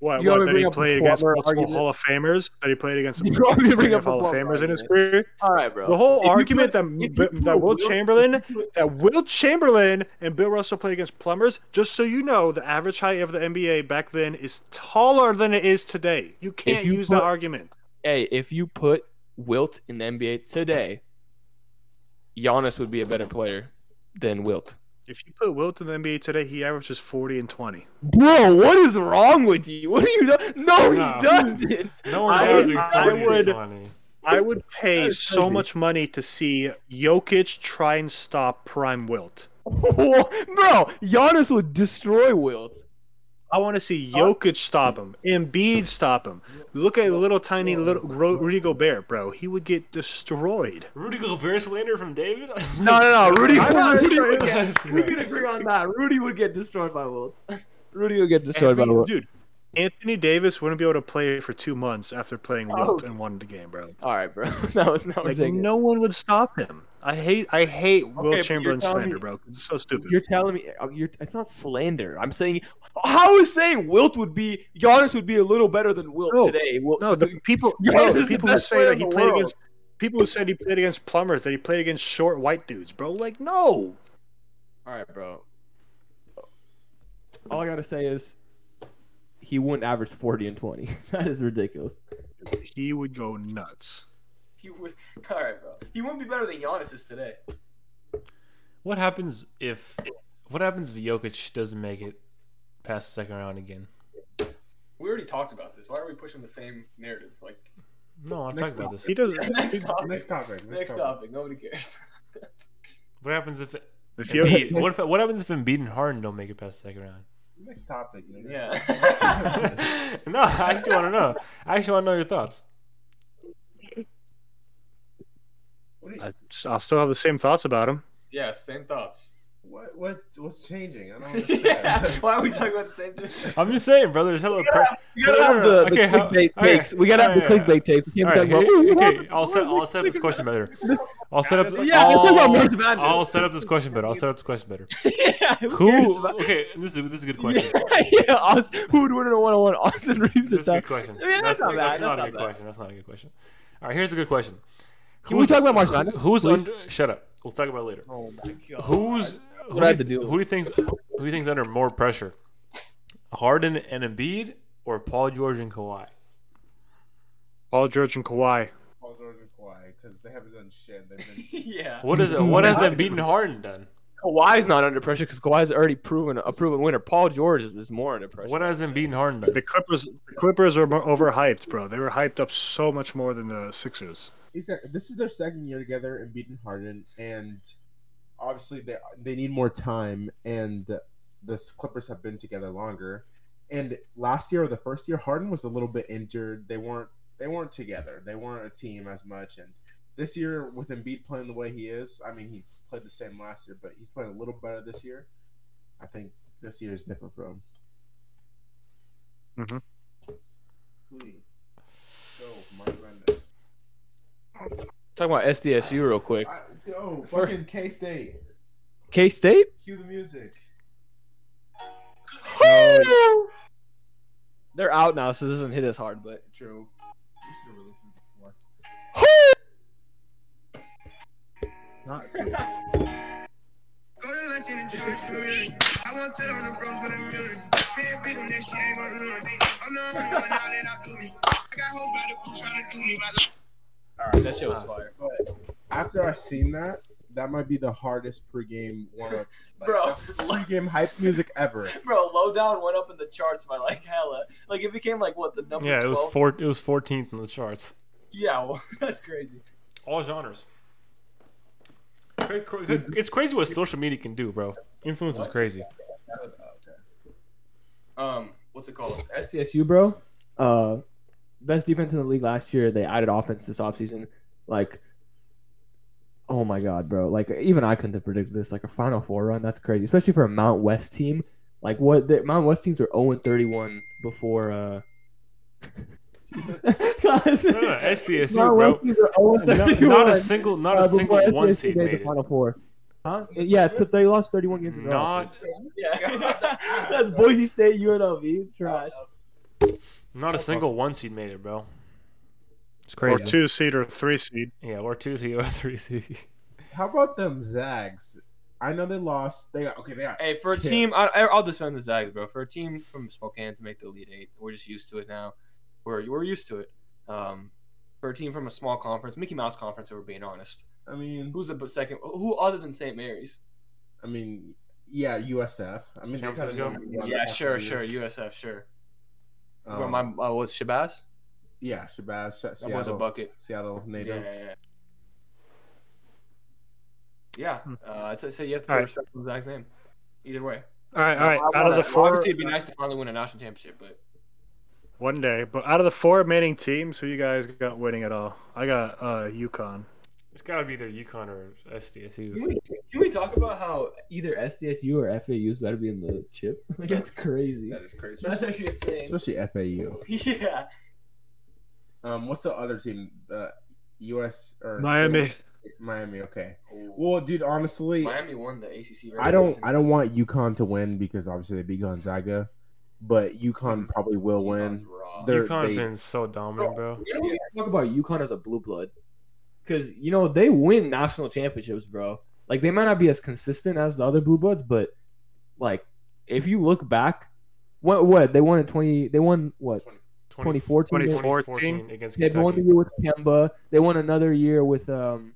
S4: What?
S1: You
S4: what
S1: wanna
S4: that
S1: bring
S4: he
S1: up the
S4: played against
S1: Plummer
S4: multiple
S1: argument?
S4: Hall of Famers. That he
S1: <laughs>
S4: played against
S1: You want me to bring up the
S4: Hall of
S1: Plummer
S4: Famers in his
S1: argument?
S4: career.
S1: All right, bro.
S4: The whole
S1: If you
S4: argument
S1: if
S4: that
S1: you
S4: that
S1: put
S4: Will
S1: Wilt-
S4: Chamberlain
S1: if you put-
S4: that Will Chamberlain and Bill Russell play against plumbers. Just so you know, the average height of the NBA back then is taller than it is today. You can't
S1: you
S4: use
S1: put-
S4: that argument.
S1: hey, if you put Wilt in the NBA today, Giannis would be a better player than Wilt.
S4: If you put Wilt in the NBA today, he averages forty and twenty.
S1: Bro, what is wrong with you? What are you doing? No,
S3: No.
S1: he doesn't. <laughs>
S3: No one's
S4: I-
S3: averaging
S4: I
S3: 40
S4: would-
S3: to 20.
S4: I would pay
S1: That's
S4: so
S1: crazy.
S4: much money to see Jokic try and stop Prime Wilt.
S1: Bro, Giannis would destroy Wilt.
S4: I want to see Jokic stop him, Embiid stop him. Look at little tiny little Ro- Rudy Gobert, bro. He would get destroyed.
S3: Rudy Gobert slander from David? <laughs>
S1: No, no, no. Rudy,
S4: I'm not
S1: Rudy
S4: saying
S1: would
S3: that.
S1: get, we can agree on that. Rudy would get destroyed by Wilt. <laughs> Rudy would get destroyed by
S4: Anthony-
S1: Wilt.
S4: dude, Anthony Davis wouldn't be able to play for two months after playing Wilt and won the game, bro.
S1: All right, bro. <laughs> That was not
S4: Like no one would stop him. I hate, I hate
S1: but
S4: Will
S1: you're
S4: Chamberlain
S1: telling
S4: slander,
S1: me-
S4: bro. 'cause It's so stupid.
S1: You're telling me uh, you're, it's not slander. I'm saying how is saying Wilt would be Giannis would be a little better than Wilt
S4: No,
S1: today. Wilt, <laughs>
S4: No, the people,
S1: Giannis
S4: bro,
S1: is
S4: the
S1: the
S4: people who
S1: best
S4: say
S1: player
S4: that
S1: in
S4: he
S1: the
S4: played
S1: world.
S4: against people who said he played against plumbers, that he played against short white dudes, bro. Like, no,
S1: all right, bro. All I gotta say is he wouldn't average forty and twenty. <laughs> that is ridiculous.
S4: he would go nuts.
S1: <laughs> He would. All right, bro. He wouldn't be better than Giannis is today.
S3: What happens if what happens if Jokic doesn't make it past the second round again?
S1: We already talked about this. Why are we pushing the same narrative? Like <laughs>
S3: No, I'm
S2: Next
S3: talking about this.
S4: He doesn't.
S1: next topic.
S2: Next topic.
S1: Next topic. Nobody <laughs> cares.
S3: What happens if
S4: If you
S3: Embiid, what if, what happens if Embiid and Harden don't make it past the second round?
S2: Next topic. nigga.
S1: yeah. <laughs>
S3: <laughs> no, I actually want to know. I actually want to know your thoughts.
S4: I, I'll still have the same thoughts about him.
S1: yeah. Same thoughts.
S2: What what what's changing? I don't
S1: <laughs> yeah.
S2: understand. <laughs>
S1: Why are we talking about the same thing? <laughs>
S3: I'm just saying, brother. There's hella. Pre-
S5: We gotta have the, the
S3: Okay, how-
S5: clickbait
S3: all right,
S5: takes. We gotta have the
S3: all right, all
S5: clickbait takes. We
S3: all
S5: can't
S3: right,
S5: talk about.
S3: here-
S5: "Ooh, what
S3: okay,
S5: happened?
S3: I'll set I'll set up this question better. I'll set up.
S5: Yeah, let's talk about
S3: I'll-
S5: March Madness.
S3: I'll set up this question better. I'll set up this question
S5: <laughs>
S3: better.
S5: yeah, cares
S3: Who?
S5: about-
S3: Okay, this is this is a good question.
S5: yeah, <laughs> yeah, Aus- who would win in a one-on-one? Austin Reeves
S3: That's
S5: and
S3: a
S5: Ty.
S3: good question.
S5: I mean,
S3: that's,
S5: that's not
S3: that's
S5: bad,
S3: not
S5: that's
S3: a good
S5: not bad.
S3: question. That's not a good question. All right, here's a good question.
S5: Can we talk about March Madness,
S3: Who's
S5: please?
S3: under? Shut up. We'll talk about it later.
S5: Oh my god.
S3: Who's who?
S5: What I
S3: Do you,
S5: had to
S3: th-
S5: deal
S3: who do you think's who do you think's under more pressure? Harden and Embiid, or Paul George and Kawhi?
S4: Paul George and Kawhi.
S2: Paul George and Kawhi because they haven't done shit. They've been
S1: yeah.
S3: What is what has Embiid and Harden done?
S5: Kawhi's not under pressure because Kawhi's already proven a proven winner. Paul George is, is more under pressure.
S3: What has Embiid and Harden done?
S4: The Clippers, the Clippers are more overhyped, bro. They were hyped up so much more than the Sixers.
S2: These are- this is their second year together and beating Harden, and obviously they they need more time. And the Clippers have been together longer. And last year or the first year, Harden was a little bit injured. They weren't they weren't together. They weren't a team as much. And this year, with Embiid playing the way he is, I mean, he played the same last year, but he's playing a little better this year. I think this year is different for him.
S4: Mhm.
S2: Hmm. Oh my goodness.
S5: Talking about SDSU real quick.
S2: I- Let's go. Fucking K State.
S5: K State.
S2: Cue the music.
S5: They're out now, so this doesn't hit as hard. But
S2: True. We should have released it before.
S4: Not
S7: Go to lunch in the Jewish community. I won't tell on the bros with immunity. Can't feed them that shit ain't gonna ruin me. I'm the only one now that outdo me. I got hoes by the boot tryna do me. My life
S1: That shit was fire.
S2: But after I seen that, that might be the hardest pregame warm up.
S5: <laughs>
S1: Bro. <laughs>
S2: pregame hype music ever.
S1: Bro, Lowdown went up in the charts by like hella. Like it became like what the number.
S3: Yeah, it was
S1: 12?
S3: four. It was 14th in the charts.
S1: Yeah, <laughs> well, that's crazy.
S3: All genres. Cra- cra- It's crazy what social media can do, bro. Influence is crazy.
S1: Um, what's it called? S-
S5: SDSU, bro, uh, best defense in the league last year. They added offense this offseason. Like, oh my god, bro! Like even I couldn't have predicted this. Like a Final Four run, that's crazy, especially for a Mount West team. Like what the Mount West teams were 0 31 before. uh <laughs>
S3: No, no, SDSU,
S5: Mount
S3: bro.
S5: West teams were 0
S3: Not,
S5: 31.
S3: not a single, not
S5: uh,
S3: a
S5: before
S3: single
S5: SDSU
S3: one seed
S5: made
S3: made
S5: the
S3: it.
S5: Final Four. Huh? Yeah, t- they lost 31 games in a row.
S3: Not, <laughs>
S5: <laughs>
S1: yeah.
S5: That's Boise State UNLV trash.
S3: not a single one seed made it, bro. It's
S4: or
S3: crazy.
S4: two seed or three seed.
S3: Yeah, or two seed <laughs> or three seed.
S2: How about them Zags? I know they lost. They got okay. They got
S1: Hey, for a team, I, I- I'll defend the Zags, bro. For a team from Spokane to make the Elite Eight, we're just used to it now. We're we're used to it. Um, for a team from a small conference, Mickey Mouse conference, if we're being honest,
S2: I mean,
S1: who's the b- second? Who other than St. Mary's?
S2: I mean, yeah, USF. I mean,
S3: San
S2: they kinda
S3: Francisco?
S2: know-
S1: Yeah, sure, sure, USF, sure.
S2: Um,
S1: Where my uh, was Shabazz?
S2: yeah, Shabazz, Sh-
S1: That was a
S2: Seattle,
S1: bucket.
S2: Seattle
S1: Yeah,
S2: native.
S1: yeah, yeah.
S5: Hmm.
S1: Yeah, uh, I'd say say you have to put
S4: Alright.
S1: respect on Zach's name. Either way,
S4: All right, all right.
S1: I
S4: Out of
S1: wanna-
S4: the four,
S1: obviously it'd be nice to finally win a national championship, but
S4: one day. But out of the four remaining teams, who you guys got winning at all? I got uh UConn.
S3: It's got to be either UConn or SDSU.
S5: Can we, can we talk about how either SDSU or FAU's better be in the chip? <laughs> Like that's crazy.
S2: is crazy.
S5: That's actually insane. <laughs>
S2: Especially FAU.
S1: yeah.
S2: Um, what's the other team? The US or
S4: Miami.
S2: Miami. Okay. Well, dude, honestly,
S1: Miami won the ACC.
S2: I don't. I don't want UConn to win because obviously they beat Gonzaga, but UConn probably will win. They're-
S3: UConn's
S2: they-
S3: been so dominant, bro.
S5: You know, we talk about UConn as a blue blood because you know they win national championships, bro. Like they might not be as consistent as the other blue bloods, but like if you look back, what what they won in twenty? They won what 2014?
S3: 2014 against
S5: They had one
S3: Kentucky.
S5: year with Kemba. They won another year with um.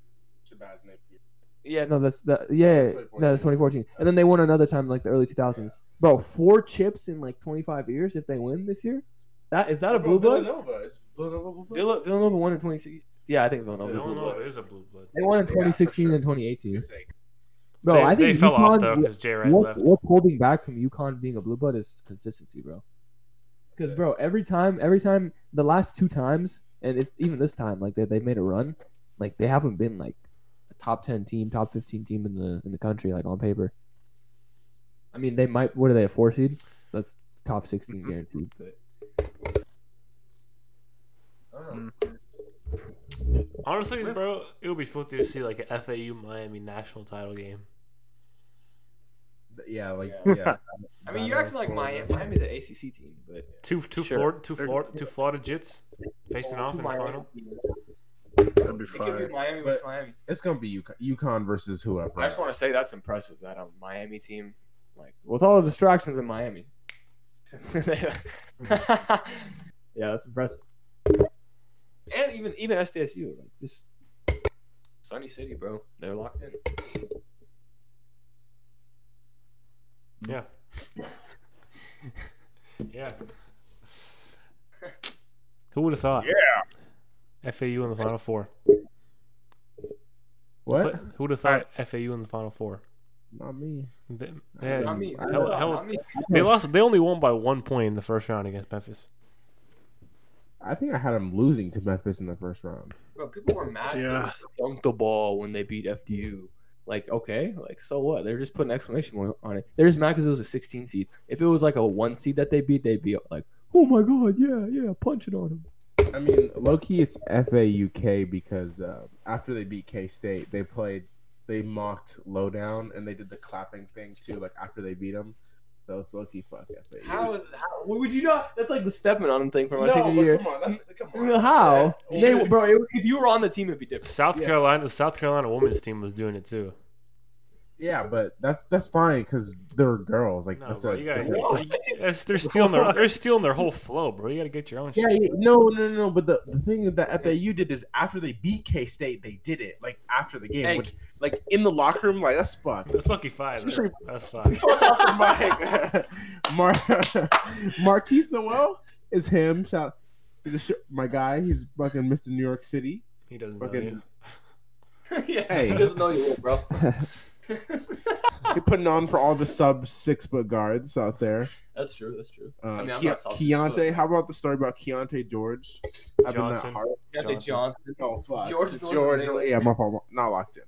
S5: Yeah, no, that's that. Yeah,
S2: That's
S5: no, that's 2014. And then they won another time, in, like the early 2000s. Bro, four chips in like 25 years. If they win this year, that is that a blue blood?
S2: Villanova. It's Villanova. blue blood.
S5: Villa, Villanova won in 26. Yeah, I think Villanova's a blue
S3: Villanova
S5: blood.
S3: is a blue blood.
S5: They won in
S2: Yeah, for
S5: 2016
S2: sure.
S5: and 2018.
S2: Sake.
S5: Bro,
S3: they,
S5: I think
S3: they fell off though
S5: UConn-
S3: because Jay Wright
S5: what,
S3: left.
S5: what's holding back from UConn being a blue blood is consistency, bro. Because bro, every time, every time, the last two times, and it's even this time, like they they made a run, like they haven't been like a top ten team, top fifteen team in the in the country, like on paper.
S6: I mean, they might. What are they? A four seed? So that's top sixteen guaranteed. But
S1: I don't know.
S3: Honestly, bro, it would be filthy to see like a FAU Miami national title game.
S2: Th- Yeah, like
S1: Yeah.
S2: yeah.
S1: I mean, you're acting like Miami. Miami's an ACC team, but
S3: Two two
S5: Sure.
S3: Florida two Florida two Florida Jits facing off
S1: Two
S3: in the
S1: Miami
S3: final.
S1: teams.
S4: That'd be
S1: It could be
S4: fire.
S1: Miami
S2: But-
S1: versus Miami.
S2: It's gonna be UConn, UConn versus whoever.
S1: I just want to say that's impressive that a Miami team, like with all the distractions in Miami. <laughs> and
S6: yeah, that's impressive.
S1: even even SDSU, like this Sunny City, bro. They're locked in.
S3: Yeah. yeah. Who would have thought? Yeah. FAU in the final four.
S2: what?
S3: But who would have thought FAU in the final four?
S2: Not me.
S3: They, they, had-
S1: Not me.
S3: hell-
S1: Not
S3: hell-
S1: me.
S3: they lost. They only won by one point in the first round against Memphis.
S2: I think I had them losing to Memphis in the first round.
S1: Bro, people were mad. 'cause
S4: Yeah.
S1: they dunked the ball when they beat FDU.
S5: Like, okay, like so what? They're just putting exclamation point on it. They're just mad because it was a 16 seed. If it was like a one seed that they beat, they'd be like,
S6: Oh my god! Yeah, yeah, punching on him.
S2: I mean, low key, it's FAUK because uh, after they beat K State, they played, they mocked Lowdown and they did the clapping thing too, like after they beat them. So it's low key fuck FAU.
S1: How is
S5: how, would you not? That's like the stepping on them thing from our
S2: no,
S5: senior
S2: but
S5: year.
S2: come on, that's, come on.
S6: How?
S1: <laughs>
S5: They, bro, it, if you were on the team, it'd be different.
S3: South
S2: Yes.
S3: Carolina, the South Carolina women's team was doing it too.
S2: Yeah, but that's that's fine because they're girls. Like
S3: No,
S2: that's
S3: bro,
S2: a,
S3: you gotta,
S2: they're-
S3: you-
S2: <laughs>
S3: that's- they're stealing their they're stealing their whole flow, bro. You gotta get your own
S2: Yeah,
S3: shit.
S2: yeah, no, no, no, no. But the, the thing that FAU did is after they beat K State, they did it like after the game,
S1: Hey.
S2: which like in the locker room, like that's fun.
S3: That's lucky five.
S2: Seriously.
S3: bro. That's fine.
S2: <laughs> Mike, <laughs> Mar- <laughs> Marquise Noel is him. Shout, he's a sh- my guy. He's fucking Mr. New York City.
S3: He doesn't know
S2: Fucking-
S3: you.
S1: yeah,
S2: Hey.
S1: he doesn't know you, bro. <laughs>
S2: He's putting on for all the sub six foot guards out there.
S1: That's true. That's true.
S2: Uh,
S1: mean, I'm
S2: Ke-
S1: not sub six
S2: Keontae,
S1: foot.
S2: how about the story about Keontae George having
S3: Johnson.
S2: that heart?
S1: Yeah, they Johnson.
S2: Oh fuck,
S1: George is the one
S2: George.
S1: that-
S2: Yeah, my fault. Not locked in.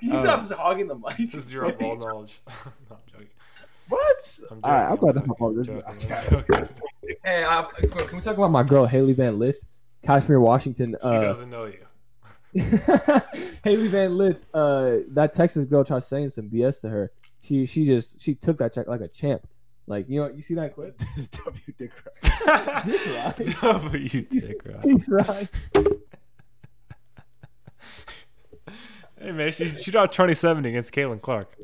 S1: He's
S2: Um,
S1: not hogging the mic.
S3: This is your
S1: <laughs>
S3: ball knowledge. <laughs> no, I'm joking.
S2: What?
S3: I'm joking.
S2: All right, I'm about to hop on
S3: joking.
S2: this.
S3: I'm joking. I'm
S2: podcast.
S3: joking.
S1: Hey, I, bro,
S6: Can we talk about my girl Haley Van Lith, Kashmir Washington?
S3: She
S6: Uh,
S3: doesn't know you.
S6: <laughs> Haley Van Lith, uh, that Texas girl tried saying some BS to her. She she just she took that check like a champ. Like you know you see that clip?
S2: <laughs>
S6: <laughs>
S2: W. Dick Rice.
S3: <laughs>
S6: Dick
S3: no, but you dick rock.
S5: <laughs>
S6: He's right.
S3: Hey man, she she dropped twenty seven against Caitlin Clark.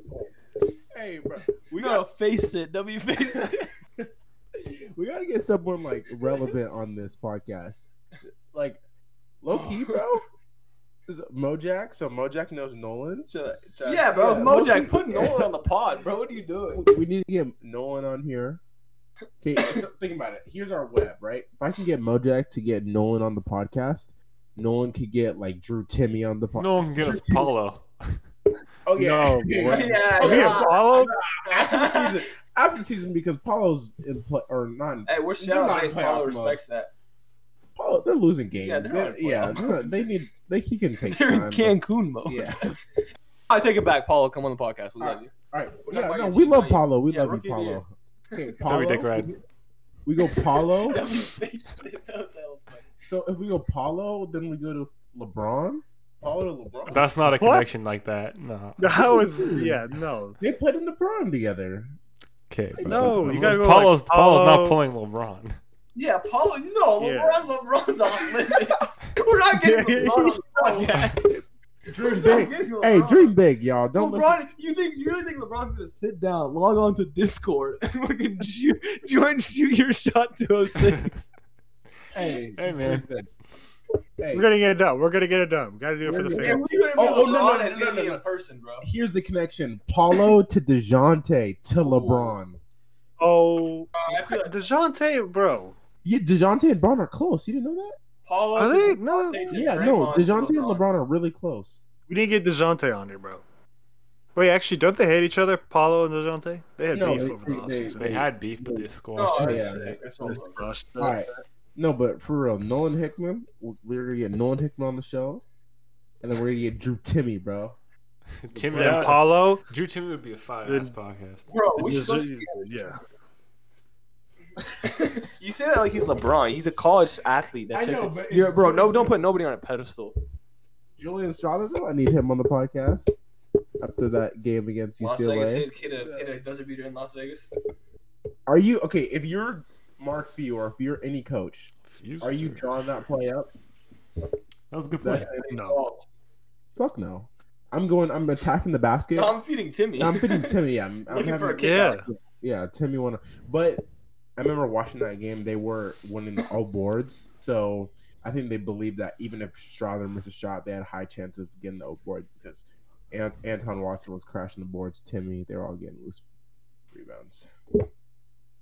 S2: Hey, bro.
S6: We gotta face it. W face
S1: <laughs>
S6: it.
S2: we gotta get someone like relevant on this podcast. Like low <laughs> key, bro. Is it Mojack? So Mojack knows Nolan. Should I- should I-
S1: yeah, bro.
S2: low-key-
S1: Mojack, put Nolan on the pod, bro. What are you doing?
S2: We need to get Nolan on here. Okay, <coughs> so think about it. Here's our web, right? If I can get Mojack to get Nolan on the podcast, Nolan could get like Drew Timmy on the podcast.
S3: No one can get us Paulo.
S2: Oh yeah,
S4: No
S2: <laughs> Yeah.
S1: <laughs>
S4: way.
S1: Yeah,
S2: Okay,
S4: Yeah,
S1: yeah.
S4: Apollo.
S2: after the season, after the season, because Paulo's in play or not. In,
S1: Hey, we're
S2: They're not
S1: shouting.
S2: playoff
S1: Paul
S2: mode.
S1: respects that.
S2: Paulo, they're losing games.
S1: Yeah,
S2: Yeah,
S1: they're
S2: they,
S1: not in
S2: yeah,
S1: playoff.
S2: they're not- they need. They he can take
S1: You're in
S2: time. but-
S1: Cancun mode.
S2: yeah.
S1: <laughs> I take it back, Paulo. Come on the podcast. We love you.
S2: All right.
S1: We're
S2: Yeah,
S1: talking
S2: no,
S1: about
S2: we
S1: your
S2: love
S1: team, right?
S2: Paulo. We
S1: Yeah,
S2: love
S1: rookie
S2: you,
S1: of the <laughs>
S2: Paulo. Okay,
S3: Three dick
S2: Paulo.
S3: ride.
S2: We go
S1: <laughs>
S2: Paulo.
S1: That was hella <laughs> funny.
S2: so if we go Paulo, then we go to LeBron. Paulo to LeBron.
S3: That's not a
S4: What?
S3: connection like that. No.
S4: That was yeah. No.
S2: They played in the prime together.
S3: Okay. bro.
S4: No, you gotta go
S3: Paulo's
S4: like
S3: Paulo's not
S4: Paulo.
S3: pulling LeBron.
S1: Yeah, Paulo. No,
S4: Yeah.
S1: LeBron. LeBron's off limits. <laughs> We're not getting LeBron on the podcast.
S2: Dream
S1: We're not
S2: big.
S1: getting
S2: Hey,
S1: LeBron.
S2: dream big, y'all. Don't listen.
S1: LeBron, you think you really think LeBron's gonna sit down, log on to Discord, <laughs> and fucking shoot, join shoot your shot to us?
S2: Hey,
S3: Hey,
S2: just
S3: man.
S2: Dream Big. Hey,
S4: We're gonna get it done. We're gonna get it done. We gotta do it for the
S1: And
S4: fans.
S1: we're gonna
S2: Oh, oh,
S1: oh,
S2: no,
S1: LeBron no,
S2: no, no,
S1: no,
S2: no,
S1: gonna be
S2: no.
S1: in person, bro.
S2: here's the connection: Paulo to Dejounte to LeBron.
S4: Oh,
S1: I feel like
S4: Dejounte, bro.
S2: Yeah, Dejounte and LeBron are close. You didn't know that?
S1: Paulo.
S4: Are they? No.
S2: Yeah, no, Dejounte and LeBron are really close.
S4: We need to get Dejounte on here, bro. Wait, actually, don't they hate each other, Paulo and Dejounte? They had
S2: No,
S4: beef
S2: they-
S4: over the
S2: they-
S4: offseason.
S3: They had beef, but they
S1: No,
S3: squashed
S1: Oh, that's
S2: Yeah.
S3: it.
S1: sick. That's all
S4: Just
S1: I'm saying.
S4: crushed it.
S2: All right. No, but for real, Nolan Hickman. We're gonna get Nolan Hickman on the show, and then we're gonna get Drew Timmy, bro.
S3: Tim
S4: Then
S3: would-
S4: Paulo.
S3: Drew Timmy would be a fire
S4: Then-
S3: ass podcast.
S1: Bro, we
S4: is-
S1: should look-
S4: Yeah.
S5: You say that like he's LeBron. He's a college athlete. That
S2: I
S5: checks
S2: know,
S5: it.
S2: but
S5: You're-
S2: it's
S5: bro, no,
S2: Julian-
S5: don't put nobody on a pedestal.
S2: Julian Strada, though, I need him on the podcast after that game against
S1: Las Vegas
S2: UCLA.
S1: hit, hit a hit a buzzer beater in Las Vegas.
S2: Are you okay? If you're Mark Few or if you're any coach,
S3: Used
S2: are you
S3: to.
S2: drawing that play up?
S3: That was a good point.
S2: That's-
S4: No.
S2: Fuck no. I'm going. I'm attacking the basket.
S1: No, I'm feeding Timmy.
S2: I'm
S1: <laughs>
S2: picking Timmy. Yeah, I'm, I'm
S1: Oh. Looking for
S2: having-
S1: a kid.
S4: Yeah.
S2: yeah, Timmy won. But I remember watching that game; they were winning all boards, so I think they believed that even if Strother missed a shot, they had a high chance of getting the board because An- Anton Watson was crashing the boards. Timmy, they were all getting loose rebounds.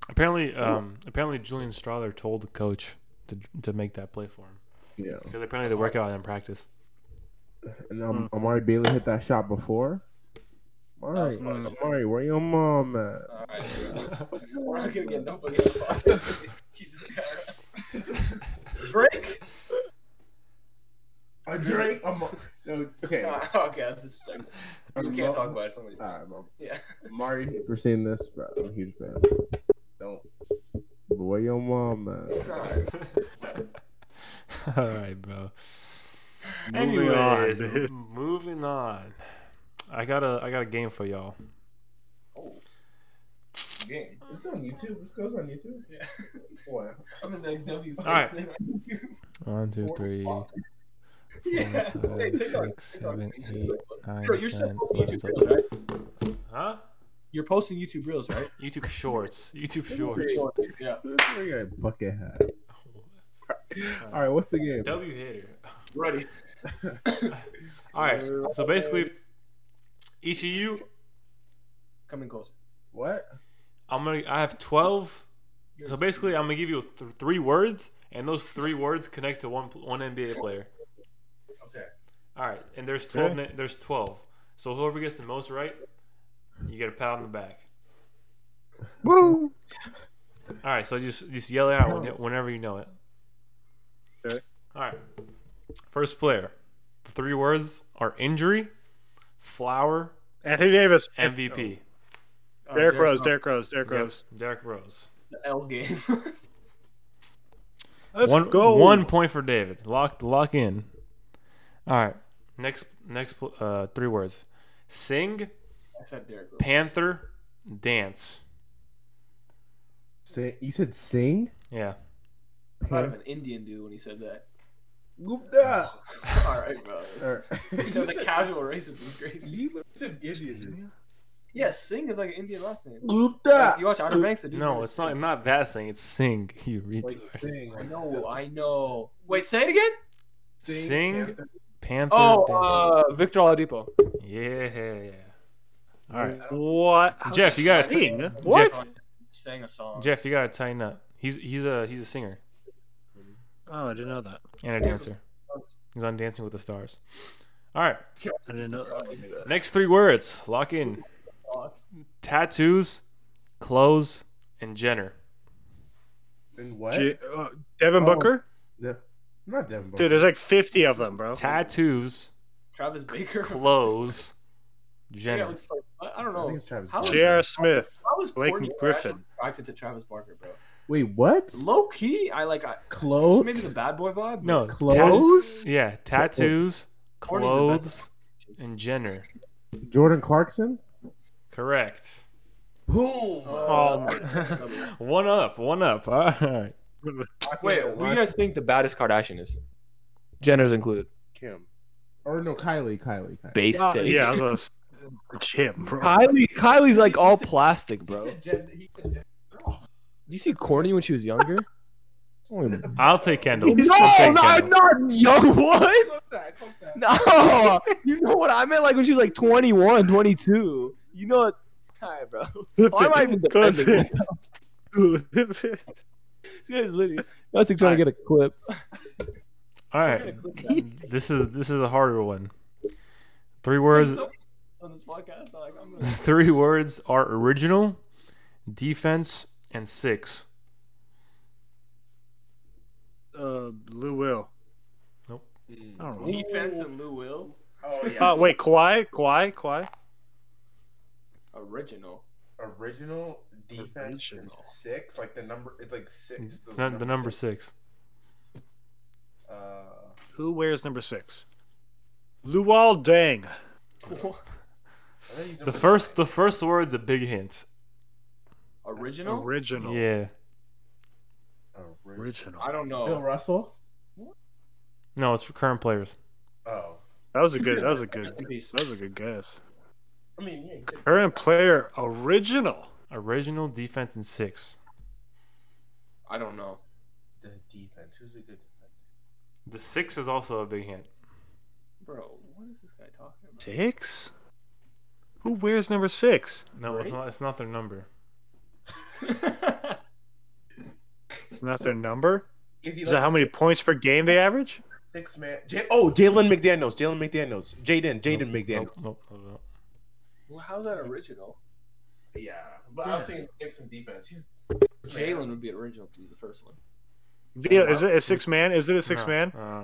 S3: Apparently, um, apparently Julian Strother told the coach to to make that play for him
S2: Yeah,
S3: because apparently they work out in <laughs> practice.
S2: and um,
S1: Mm.
S2: Amari Bailey hit that shot before. Amari,
S1: That was close.
S2: Amari, where your mom at?
S1: All right, bro. We're not gonna get nobody on the podcast. Jesus Christ. Drake.
S2: A drink. I'm, no, okay. Um,
S1: No, okay, that's just like, we can't talk about it. Somebody.
S2: All right, mom.
S1: Yeah.
S2: Mari, if you're seeing this, bro, I'm a huge fan. Don't. Boy, your mom, man.
S1: All right.
S3: All right, bro.
S4: Moving on,
S3: Anyways,
S4: dude.
S3: m- moving on. I got a I got a game for y'all.
S1: Oh. Game.
S2: This on YouTube. This goes on YouTube. <laughs>
S1: Yeah.
S2: What?
S1: I'm in the W.
S3: All right. One, two, three,
S1: Yeah.
S3: Four,
S1: Hey,
S3: five,
S1: TikTok,
S3: six,
S1: TikTok.
S3: seven, eight, nine,
S1: Bro, you're still
S3: ten,
S1: posting
S3: eleven,
S1: YouTube
S3: twelve.
S1: reels, right?
S3: Huh?
S1: <laughs> You're posting YouTube reels, right?
S3: YouTube Shorts. <laughs> YouTube Shorts.
S1: Yeah.
S2: Oh, So this nigga got a bucket
S1: <laughs>
S2: hat. All right, what's the game?
S3: W hitter.
S1: Ready.
S3: All right. So basically, E each of you,
S1: Coming closer.
S2: What?
S3: I'm gonna. I have twelve. So basically, I'm gonna give you th- three words, and those three words connect to one one NBA player.
S1: Okay.
S3: All right, and there's twelve. na- There's twelve. So whoever gets the most right, you get a pat on the back.
S4: Woo.
S3: All right, so just just yell it out when, whenever you know it.
S4: Okay.
S3: All right. First player. The three words are injury, flower,
S4: Anthony Davis.
S3: MVP.
S1: All right,
S4: Derrick Rose. Derrick Rose. Derrick Rose.
S3: Derek Rose.
S1: The L game. <laughs>
S4: Let's
S3: one
S4: go.
S3: one point for David. Lock lock in. All right. Next next pl- uh, three words. Sing,
S1: I said Derrick Rose.
S3: panther, dance.
S2: Sing, you said sing?
S3: Yeah.
S1: Thought of an Indian dude when he said that. <laughs>
S2: Goop da.
S1: All right,
S5: <laughs>
S1: bro.
S2: All
S1: <laughs> You know, the
S2: <laughs> right.
S1: casual racism is crazy.
S2: You said Indian.
S1: Yeah, Singh is like an Indian last name.
S2: Goop da.
S1: Like, you watch Outer Banks?
S3: No, it's not not that thing. It's sing. You
S2: Wait,
S3: retard.
S2: sing.
S1: I know, I know. Wait, say it again.
S3: Sing, panther,
S5: Oh,
S3: dance.
S5: uh, Victor Oladipo.
S3: yeah. All right.
S4: What?
S3: Jeff, you gotta-
S4: Sing? What?
S3: Jeff,
S1: Sang a song.
S3: Jeff, you gotta tighten up. He's he's a he's a singer
S4: Oh, I didn't know that.
S3: and a dancer. He's on Dancing with the Stars. All right,
S4: I didn't know that.
S3: next three words. Lock in.
S1: Oh,
S3: Tattoos, clothes, and Jenner.
S2: And what?
S4: J- uh, Devin
S2: Oh.
S4: Booker?
S2: The- not Devin Booker.
S4: Dude, there's like 50 of them, bro.
S3: Tattoos,
S1: Travis Baker.
S3: clothes,
S1: <laughs> Yeah,
S3: Jenner.
S1: it's like, I, I
S2: I
S1: don't know.
S2: think it's Travis
S1: How
S2: Barker.
S1: is-
S4: J.R. Smith.
S1: I was
S4: Blake
S1: Courtney
S4: Griffin.
S1: Kardashian attracted to Travis Barker, bro.
S2: Wait, what?
S1: Low key, I like. I,
S2: Clothes?
S1: maybe the bad boy vibe.
S3: No,
S2: Clothes?
S3: tat- yeah, tattoos, clothes, and Jenner.
S2: Jordan Clarkson?
S3: Correct.
S2: Boom.
S1: Oh,
S3: Um,
S4: my-
S3: <laughs> One up, one up. All right.
S5: Wait, who do you guys think the baddest Kardashian is? Jenner's included.
S2: Kim. Or no, Kylie, Kylie, Kylie.
S5: Base
S4: Uh,
S5: state.
S4: yeah, I was gonna s- Jim, bro. <laughs>
S5: Kylie, Kylie's like all plastic,
S2: He
S5: bro.
S2: said
S5: Did
S2: Jen, he said Jen.
S5: you see Corny when she was
S1: <laughs>
S5: younger?
S3: I'll take Kendall.
S5: No,
S3: I'll take
S5: not,
S3: Kendall.
S5: not young. What?
S2: Clip that, clip that.
S5: <laughs> No, you know what I meant. Like when she was like 21, 22. You know what? All right, bro. Why am I even
S4: Clip
S5: defending
S4: it.
S5: myself?
S4: Clip it. <laughs>
S5: You guys literally. That's like trying to get a clip.
S3: All right. <laughs> This is this is a harder one. Three words.
S1: on this podcast, like I'm
S3: The
S1: gonna.
S3: <laughs> three words are original, defense, and six.
S4: Uh, Lou Will.
S3: Nope.
S4: Uh, I don't know.
S1: Defense and Lou Will.
S2: Oh
S4: Oh wait, Kawhi, Kawhi, Kawhi.
S1: <laughs> Original.
S2: original defense and
S4: Original.
S2: six, like the number. It's like six.
S3: The, num- the number six.
S2: Uh,
S4: Who wears number six? Luol Dang.
S2: I think he's
S3: The
S2: number
S3: first,
S2: nine.
S3: the first word's a big hint.
S1: Original?
S4: Original.
S3: Yeah.
S2: Oh, Original.
S4: Original.
S1: I don't know.
S2: Bill Russell.
S3: No, it's for current players.
S2: Oh,
S4: That was a good. That
S1: <laughs>
S4: was a good. That
S1: Piece.
S4: was a good guess.
S2: I mean, yeah, he said
S4: Current player, original.
S3: Original defense and six.
S1: I don't know.
S2: the defense. Who's a good?
S3: The six is also a big hint.
S1: Bro, what is this guy talking about?
S4: Six. Who wears number six?
S3: No, it's not. It's not their number.
S4: Isn't that their number?
S2: Is he
S4: Is that how many points per game they average?
S2: Six man. J- oh, Jalen McDaniels. Jalen McDaniels. Jaden. Jaden McDaniels.
S3: Nope, nope, nope, nope.
S1: Well, how's that original?
S2: Yeah, but I was thinking six and defense. He's
S1: Jalen would be original to the first one.
S4: Yeah, is it a six man? Is it a six
S3: No,
S4: man?
S3: uh,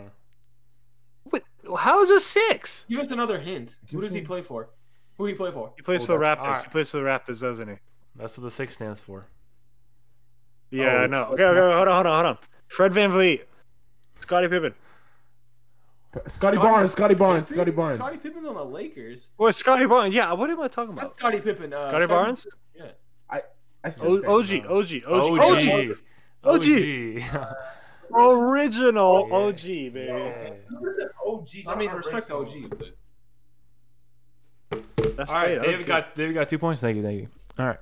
S4: Wait, how is it six?
S1: Give us another hint. Who does he play for? Who he play for?
S4: He plays for
S3: Hold
S4: the
S3: on.
S4: Raptors.
S3: Alright.
S4: He plays for the Raptors, doesn't he?
S3: that's what the six stands for.
S4: Yeah,
S1: Oh,
S4: I know. Okay, okay, hold on, hold on, hold on. Fred Van Vliet, Scottie Pippen.
S2: Scotty Barnes. Scotty Barnes.
S1: Pippen?
S2: Scotty Barnes.
S1: Scotty Pippen's on the Lakers.
S4: Well, Scottie Barnes. Yeah, what am I talking
S1: That's
S4: about?
S1: Scotty Pippen. Uh,
S4: Scottie Barnes?
S2: I said
S4: O-
S2: Scotty
S4: OG,
S2: Barnes.
S4: OG, OG,
S3: OG.
S4: OG.
S3: <laughs> OG.
S4: Original
S3: Yeah.
S4: OG, baby.
S3: Yeah.
S2: OG.
S1: I mean, respect
S2: original.
S1: OG, but
S4: That's
S3: All right,
S4: that was
S3: David
S4: good.
S3: got David got two points. Thank you, thank you. All right,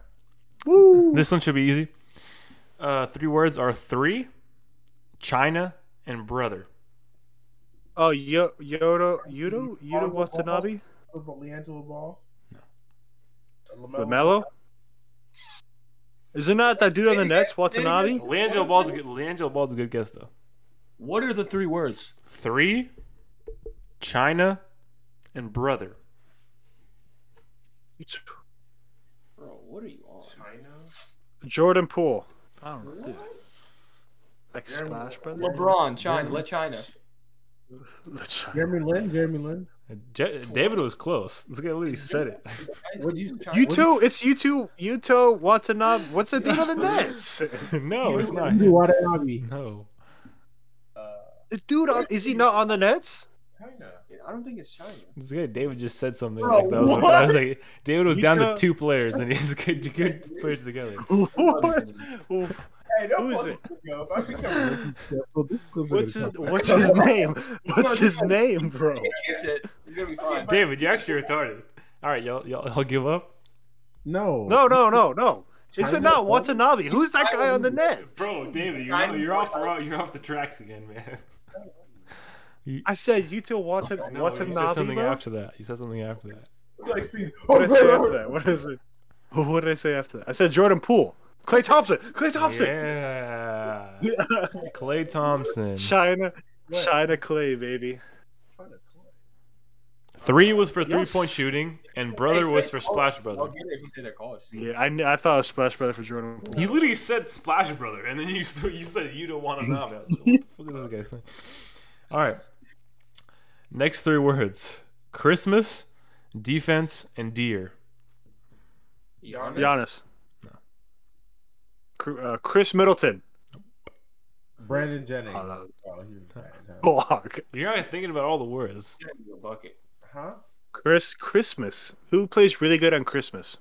S4: Woo.
S3: this one should be easy. Uh, three words are three, China, and brother.
S4: Oh, Yo- Yodo, Yudo, Yudo
S2: Lonzo Ball?
S4: Watanabe,
S2: But LiAngelo Ball.
S4: Lamelo. Is it not that dude on the Nets, Watanabe?
S3: Leandro Ball's a good, Leandro Ball's a good guess though.
S1: what are the three words?
S3: Three, China, and brother.
S1: Bro, what are you on?
S4: Jordan Poole. I don't know, dude. Like
S2: Jeremy-
S4: Splash
S5: <laughs>
S4: Brothers?
S1: LeBron, China, let China.
S2: Jeremy Lin. Jeremy Lin.
S3: Je- David was close. Let's get at least said <laughs> it.
S2: What'd you
S4: You two, it's you two, you two, Watanabe. What's the dude on the Nets?
S3: no, it's not.
S2: You Watanabe.
S3: No,
S4: The dude, on, is he not on the Nets?
S2: China.
S1: I don't think it's China.
S3: it's good. David just said something
S4: Bro,
S3: like that. Was,
S4: what?
S3: I was like, David was
S4: You
S3: down to
S4: can't-
S3: two players, and he's <laughs> good, good players together.
S4: What?
S2: Hey,
S4: Who is it?
S2: I <laughs> become Ricky Steele, this clip's
S4: What's
S2: gonna
S4: his
S2: come
S4: What's
S2: back.
S4: <laughs> his name? What's his name, bro?
S1: Shit, he's gonna be fine.
S3: David, you're actually retarded. All right, y'all, y'all, y'all give up.
S2: No.
S4: No, no, no, no. Is it
S2: China-
S4: not Watanabe? Who's that guy on the Nets?
S3: Bro, David, you're, you're off the ro- you're off the tracks again, man. <laughs>
S4: I said you two Watanabe.
S3: No, you said
S4: Watanabe,
S3: something
S4: bro.
S3: after that. You said something after that.
S2: Like speed.
S4: What did I say after that? What is it? What did I say after that? I said Jordan Poole, Clay Thompson, Clay Thompson,
S3: Yeah, Clay Thompson.
S4: <laughs> China, China Clay, baby.
S3: Three was for three
S4: Yes.
S3: point shooting, and brother was for Splash
S1: I'll
S3: Brother.
S1: get it if you say their college. team.
S4: Yeah, I, kn- I thought it was Splash Brother for Jordan Poole.
S3: You literally said Splash Brother, and then you still, you said you don't want to know. What the fuck is this guy saying? All right. Next three words: Christmas, defense, and deer.
S1: Giannis.
S4: Giannis. Cr- Uh, Chris Middleton.
S2: Brandon Jennings.
S4: <laughs> Hello.
S2: Oh, he was bad, huh?
S4: Block.
S3: You're not thinking about all the words.
S1: Give me a Bucket.
S2: Huh?
S4: Chris Christmas. Who plays really good on Christmas?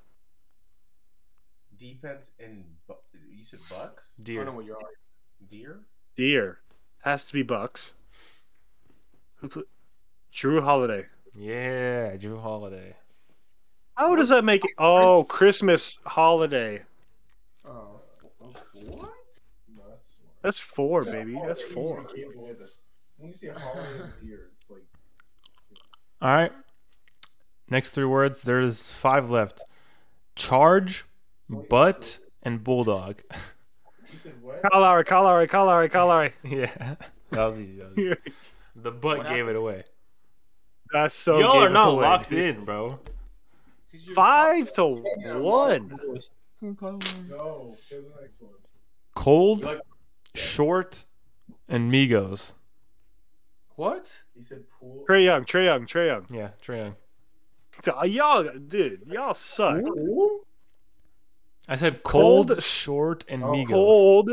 S2: Defense and bu- you said Bucks?
S1: I don't know
S3: Deer.
S1: what you're on.
S2: Deer?
S4: Deer. Has to be Bucks. Who pl- Drew Holiday.
S3: Yeah, Drew Holiday.
S4: How does that make it? Oh, Christmas holiday.
S1: Oh, what?
S2: No, that's
S4: That's four, baby. That's four.
S2: When you say holiday
S4: <laughs>
S2: and deer, it's like
S3: All right. Next three words. There's five left. Charge, butt, and bulldog. <laughs>
S2: you said what?
S4: Kalari, Kalari, Kalari, Kalari.
S3: yeah, that was easy. that was easy. The butt gave it away.
S4: <laughs> That's so.
S3: Y'all
S4: game
S3: are not
S4: away.
S3: locked in, bro.
S1: 'Cause you're-
S4: Five to
S1: Yeah,
S4: one.
S2: No, say the next one.
S3: Cold, short, and Migos.
S1: What? He said pool.
S4: Trey Young, Trey Young, Trey Young. uh,
S3: Yeah, Trae Young.
S4: Y'all, dude, y'all suck.
S3: I said cold,
S4: Cold-
S3: short, and
S1: Oh,
S3: Migos.
S4: Cold,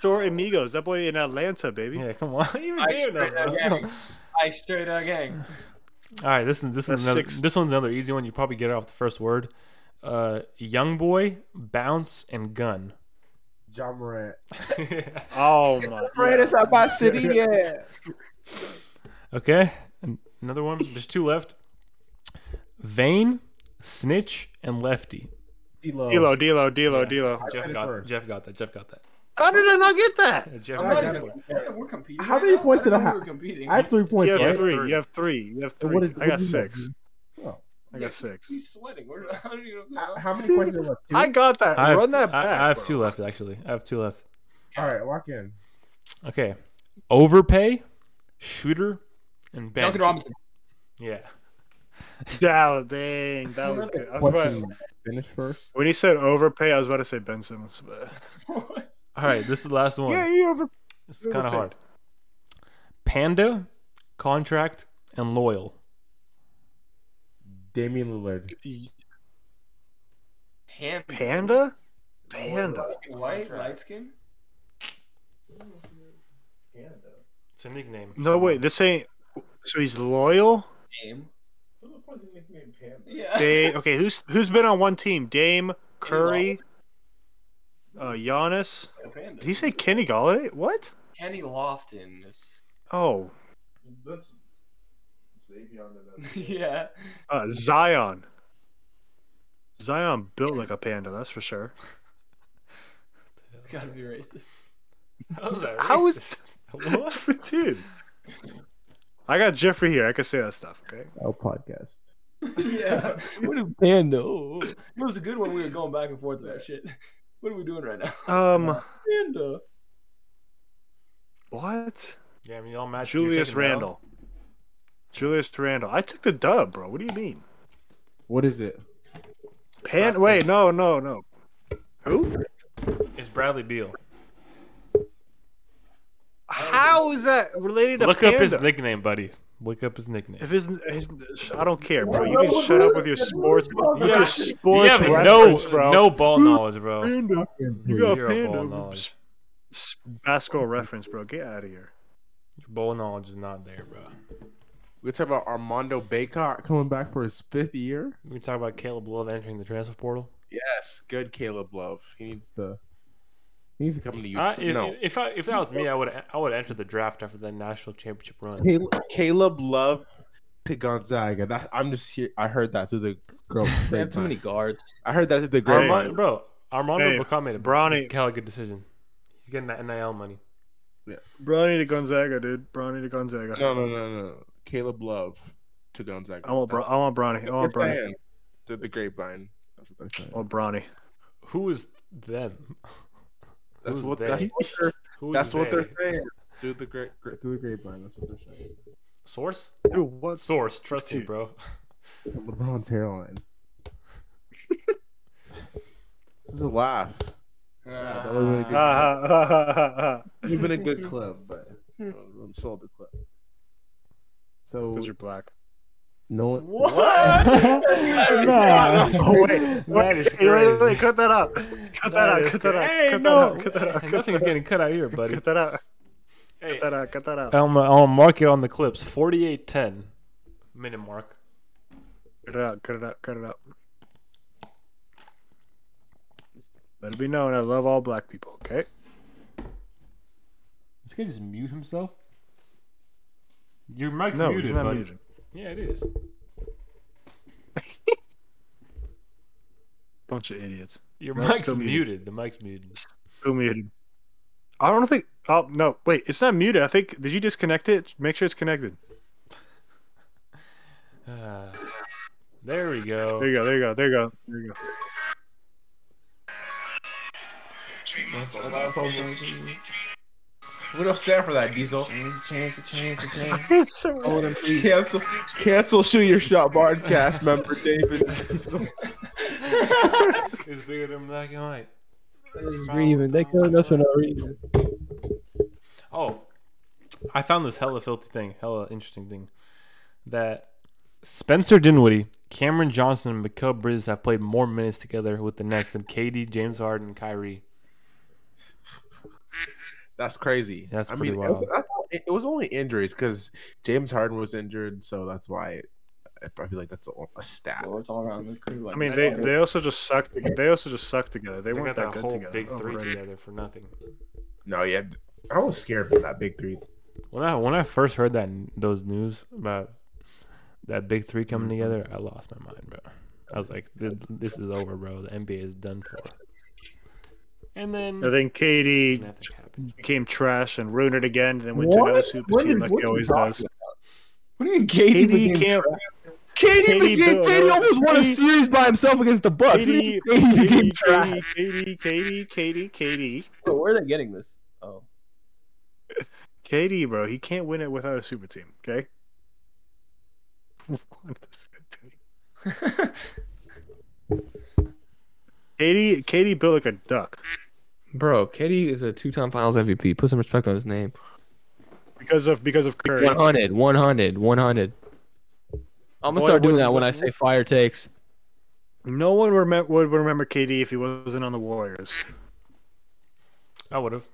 S4: short amigos. That boy in Atlanta, baby.
S3: Yeah, come on. <laughs> Even
S1: I
S3: Dave knows.
S1: straight up
S3: bro.
S1: gang. I straight out gang.
S3: <laughs> All right, this is this is
S4: That's
S3: another,
S4: six.
S3: this one's another easy one. You probably get it off the first word. Uh, young boy, bounce, and gun.
S2: John Morant.
S4: Oh my.
S1: <laughs>
S2: Greatest at my city, yeah.
S3: okay, An- another one. There's two left. Vane, snitch, and lefty.
S4: D'Lo, D'Lo, D'Lo, D'Lo.
S3: Jeff
S2: it
S3: got
S2: first.
S3: Jeff got that. Jeff got that.
S4: How did I not get that?
S3: Yeah, Jeff
S1: I'm
S2: I
S3: got
S1: not
S2: got
S3: that.
S1: even. We're competing.
S2: How
S1: right
S2: many
S1: now?
S2: points did I
S1: didn't know we
S2: have?
S1: were competing.
S2: I have three points,
S4: You
S2: right?
S4: have
S3: Yeah.
S4: three. You have three. You have
S2: So
S4: three.
S2: what is-
S4: I
S2: what
S4: got
S2: do you have,
S4: six.
S2: Oh.
S4: I got
S1: <laughs>
S4: six.
S1: He's sweating. We're, I don't even know
S2: How-
S1: what's
S2: How many points do you have? Two?
S4: <laughs> I got that.
S3: I have,
S4: Run that
S3: I-
S4: back.
S3: I have
S4: bro.
S3: two left actually. I have two left.
S2: All right, lock in.
S3: Okay, overpay, shooter, and bench.
S1: Duncan Robinson.
S3: Yeah.
S4: Yeah, dang, that was good. I was
S2: What's in-
S4: about,
S2: Finish first.
S4: when he said overpay, I was about to say Ben Simmons, but
S1: <laughs>
S3: All right, this is the last one.
S4: yeah, he over.
S3: It's kind of hard. Panda, contract, and loyal.
S2: Damian Lillard.
S1: Ham-
S4: Panda, Panda.
S1: White, light skin.
S3: It's a nickname.
S4: No, wait, this ain't. So he's loyal.
S1: Game.
S2: Who the fuck is nicknamed Panda?
S1: Yeah.
S4: Dame. Okay, who's who's been on one team? Dame, Curry, uh, Giannis. Did he say Kenny Galladay? What?
S1: Kenny Lofton. is-
S4: Oh,
S2: That's Xavier that.
S1: yeah.
S4: uh, Zion. Zion built like a panda. That's
S1: <laughs>
S4: for sure. <laughs>
S1: Gotta be
S2: <laughs>
S1: racist.
S3: How is <laughs> that
S4: How is-
S3: <laughs> what?
S4: Dude. I got Jeffrey here. I can say that stuff. Okay.
S2: Oh, podcast.
S1: yeah. <laughs> What a panda. Oh, oh. It was a good one. We were going back and forth about shit. <laughs> What are we doing
S2: <laughs>
S1: right now?
S4: Um.
S1: Panda.
S4: What?
S3: Yeah, I mean, y'all match. you're
S4: Julius
S3: taking it out.
S4: Randle. Julius Randle. I took the dub, bro. What do you mean?
S2: What is it?
S4: Pan? Wait, no, no, no. Who?
S3: It's Bradley Beal.
S4: How is that related to
S3: Look
S4: Panda?
S3: up his nickname, buddy. Look up his nickname.
S4: If his, his, I don't care, bro. You can shut up with your sports, with your
S3: have- You
S4: sports
S3: have no
S4: reference, bro.
S3: no ball knowledge, bro.
S4: you got
S3: zero ball
S4: Panda.
S3: knowledge.
S4: S- Basketball reference, bro. Get out of here.
S3: Your ball knowledge is not there, bro.
S2: We're talking about Armando Baycott coming back for his fifth year.
S3: We can talk about Caleb Love entering the transfer portal.
S2: Yes, good Caleb Love. He needs to. He needs to come to you.
S3: I, if,
S2: no,
S3: if I, if that was me, I would I would enter the draft after the national championship run.
S2: Caleb, Caleb Love to Gonzaga. That I'm just here. I heard that through the <laughs> girl.
S1: They have too many guards.
S2: I heard that through the girl.
S3: Armando, bro, Armando
S4: Hey,
S3: Bacot made a
S4: Bronny-
S3: hell of a good decision. He's getting that NIL money.
S4: Bronny to Gonzaga, dude. Bronny to Gonzaga.
S2: No, no, no, no. Caleb Love to Gonzaga.
S4: I want, Bro- I want Bronny. I want
S2: That's what they're
S4: Bronny.
S2: saying. Through the grapevine. That's what they're saying.
S4: I
S3: Oh,
S4: want Bronny.
S3: Who is them?
S2: That's
S3: Who's
S2: what,
S3: they?
S2: that's what they're.
S3: Who is
S2: That's what they're
S3: they?
S2: saying. Through the great, through the grapevine. That's what they're saying.
S3: Source?
S4: Dude, what? <laughs>
S3: Source, trust me, bro.
S2: LeBron's hairline. <laughs> this is a laugh.
S3: Ah.
S2: that was really
S4: Ha,
S2: good.
S4: ha, ha, ha, ha, ha.
S2: You've been a good club, but I'm sold the club. So
S4: Because you're black.
S2: no one. Uh, <laughs>
S3: that is
S4: Hey,
S3: crazy.
S4: wait, wait, cut that out. Cut that out.
S3: is
S4: Cut that out.
S3: crazy. Hey,
S4: Cut that
S3: no.
S4: out. Cut that out. Cut
S3: Nothing's getting cut out here, buddy.
S4: that out.
S3: Hey,
S4: Cut that out. Cut that out.
S3: I'll, I'll mark it on the clips. 4810 minute mark.
S4: Cut it out. Cut it out. Cut it out. Let it be known I love all black people, okay?
S3: This guy just mute himself? Your mic's
S4: No,
S3: muted,
S4: he's not
S3: buddy.
S4: muted.
S3: Yeah, it is.
S4: Bunch of idiots.
S3: Your
S4: No, it's
S3: mic's
S4: still
S3: muted.
S4: muted.
S3: The mic's muted.
S4: Who muted? I don't think. Oh, no. Wait, it's not muted. I think. Did you disconnect it? Make sure it's connected.
S3: Ah. there we go.
S4: There you go. There you go. There you go. There you go.
S2: We don't stand for that, Diesel.
S4: It's so
S2: Cancel, cancel, shoot your shot, podcast member David.
S3: It's bigger than black and white.
S6: They killed us for no reason.
S3: Oh, I found this hella filthy thing, hella interesting thing. That Spencer Dinwiddie, Cameron Johnson, and Mikael Bridges have played more minutes together with the Nets than KD, James Harden, and Kyrie.
S2: That's crazy.
S3: That's
S2: I
S3: pretty
S2: mean,
S3: wild.
S2: It, I thought it, it was only injuries because James Harden was injured, so that's why it, I feel like that's a, a stat.
S1: Well, it's all around the crew. Like,
S4: I mean, they, they also just sucked. They also just sucked together. They
S3: They
S4: weren't
S3: got that
S4: that good
S3: whole
S4: together. Oh,
S3: big three
S4: overrated.
S3: together for nothing.
S2: No, yeah, I was scared of that big three.
S3: When I when I first heard that those news about that big three coming
S5: Mm-hmm.
S3: together, I lost my mind, bro. I was like, "Th- "This is over, bro. The NBA is done for." And then
S4: And then Katie
S3: nothing happened.
S4: became trash and ruined it again, and then went to another super
S1: What
S4: team
S1: is-
S4: like
S1: what
S4: he
S1: you
S4: always
S1: talking
S4: does.
S1: What do you mean, Katie?
S4: Katie
S1: became
S4: can't.
S1: trash?
S6: Katie,
S4: Katie
S6: became,
S4: Bill-
S6: Katie almost won a
S4: Katie-
S6: series by himself against the Bucks. Katie
S4: Katie, Katie,
S6: became
S4: Katie,
S6: trash.
S4: Katie, Katie, Katie, Katie,
S1: Wait, where are they getting this? Oh,
S4: Katie, bro. He can't win it without a super team. Okay. <laughs> What is it doing? Katie, Katie built like a duck
S5: Bro, Katie is a two-time Finals MVP. Put some respect on his name.
S4: because of because of Curry.
S5: 100, 100, 100. I'm gonna
S4: What-
S5: start doing
S4: what-
S5: that when I say fire takes.
S4: No one remem- would remember Katie if he wasn't on the Warriors.
S3: I would have.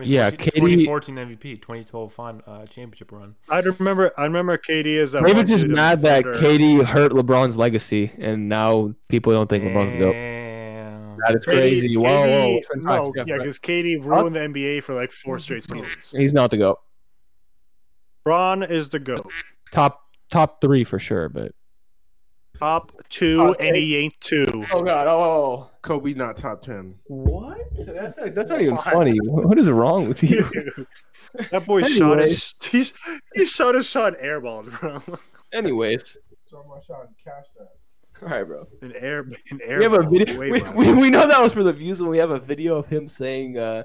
S5: Yeah, Katie-
S3: 2014 MVP, 2012 fin- uh, championship run.
S4: I remember. I remember Katie as that.
S5: Maybe
S4: one
S5: just
S4: dude in
S5: mad that
S4: Twitter.
S5: Katie hurt LeBron's legacy, and now people don't think LeBron's dope.
S3: Damn.
S5: That is
S4: Katie-
S5: crazy. whoa, whoa.
S4: Katie-
S5: it's been
S4: no,
S5: times, yeah, Mm-hmm.
S4: yeah,
S5: right.
S4: because Katie ruined the NBA for like four straight seasons.
S5: He's not the goat.
S4: Braun is the goat.
S5: Top top three for sure, but
S4: Top two,
S6: Oh,
S4: and he ain't two.
S6: Oh
S4: <laughs>
S6: god. Oh.
S2: Kobe not top ten.
S6: What? That's not,
S5: that's not even funny. What is wrong
S2: <laughs>
S5: with you?
S4: that boy shot his. He's, he shot his shot and airballed, bro. <laughs>
S5: Anyways,
S2: So my shot and cash that.
S5: all right, bro.
S4: An air. An airball.
S5: We have a video.
S4: Way
S5: We,
S4: better.
S5: we, we know that was for the views, and we have a video of him saying uh,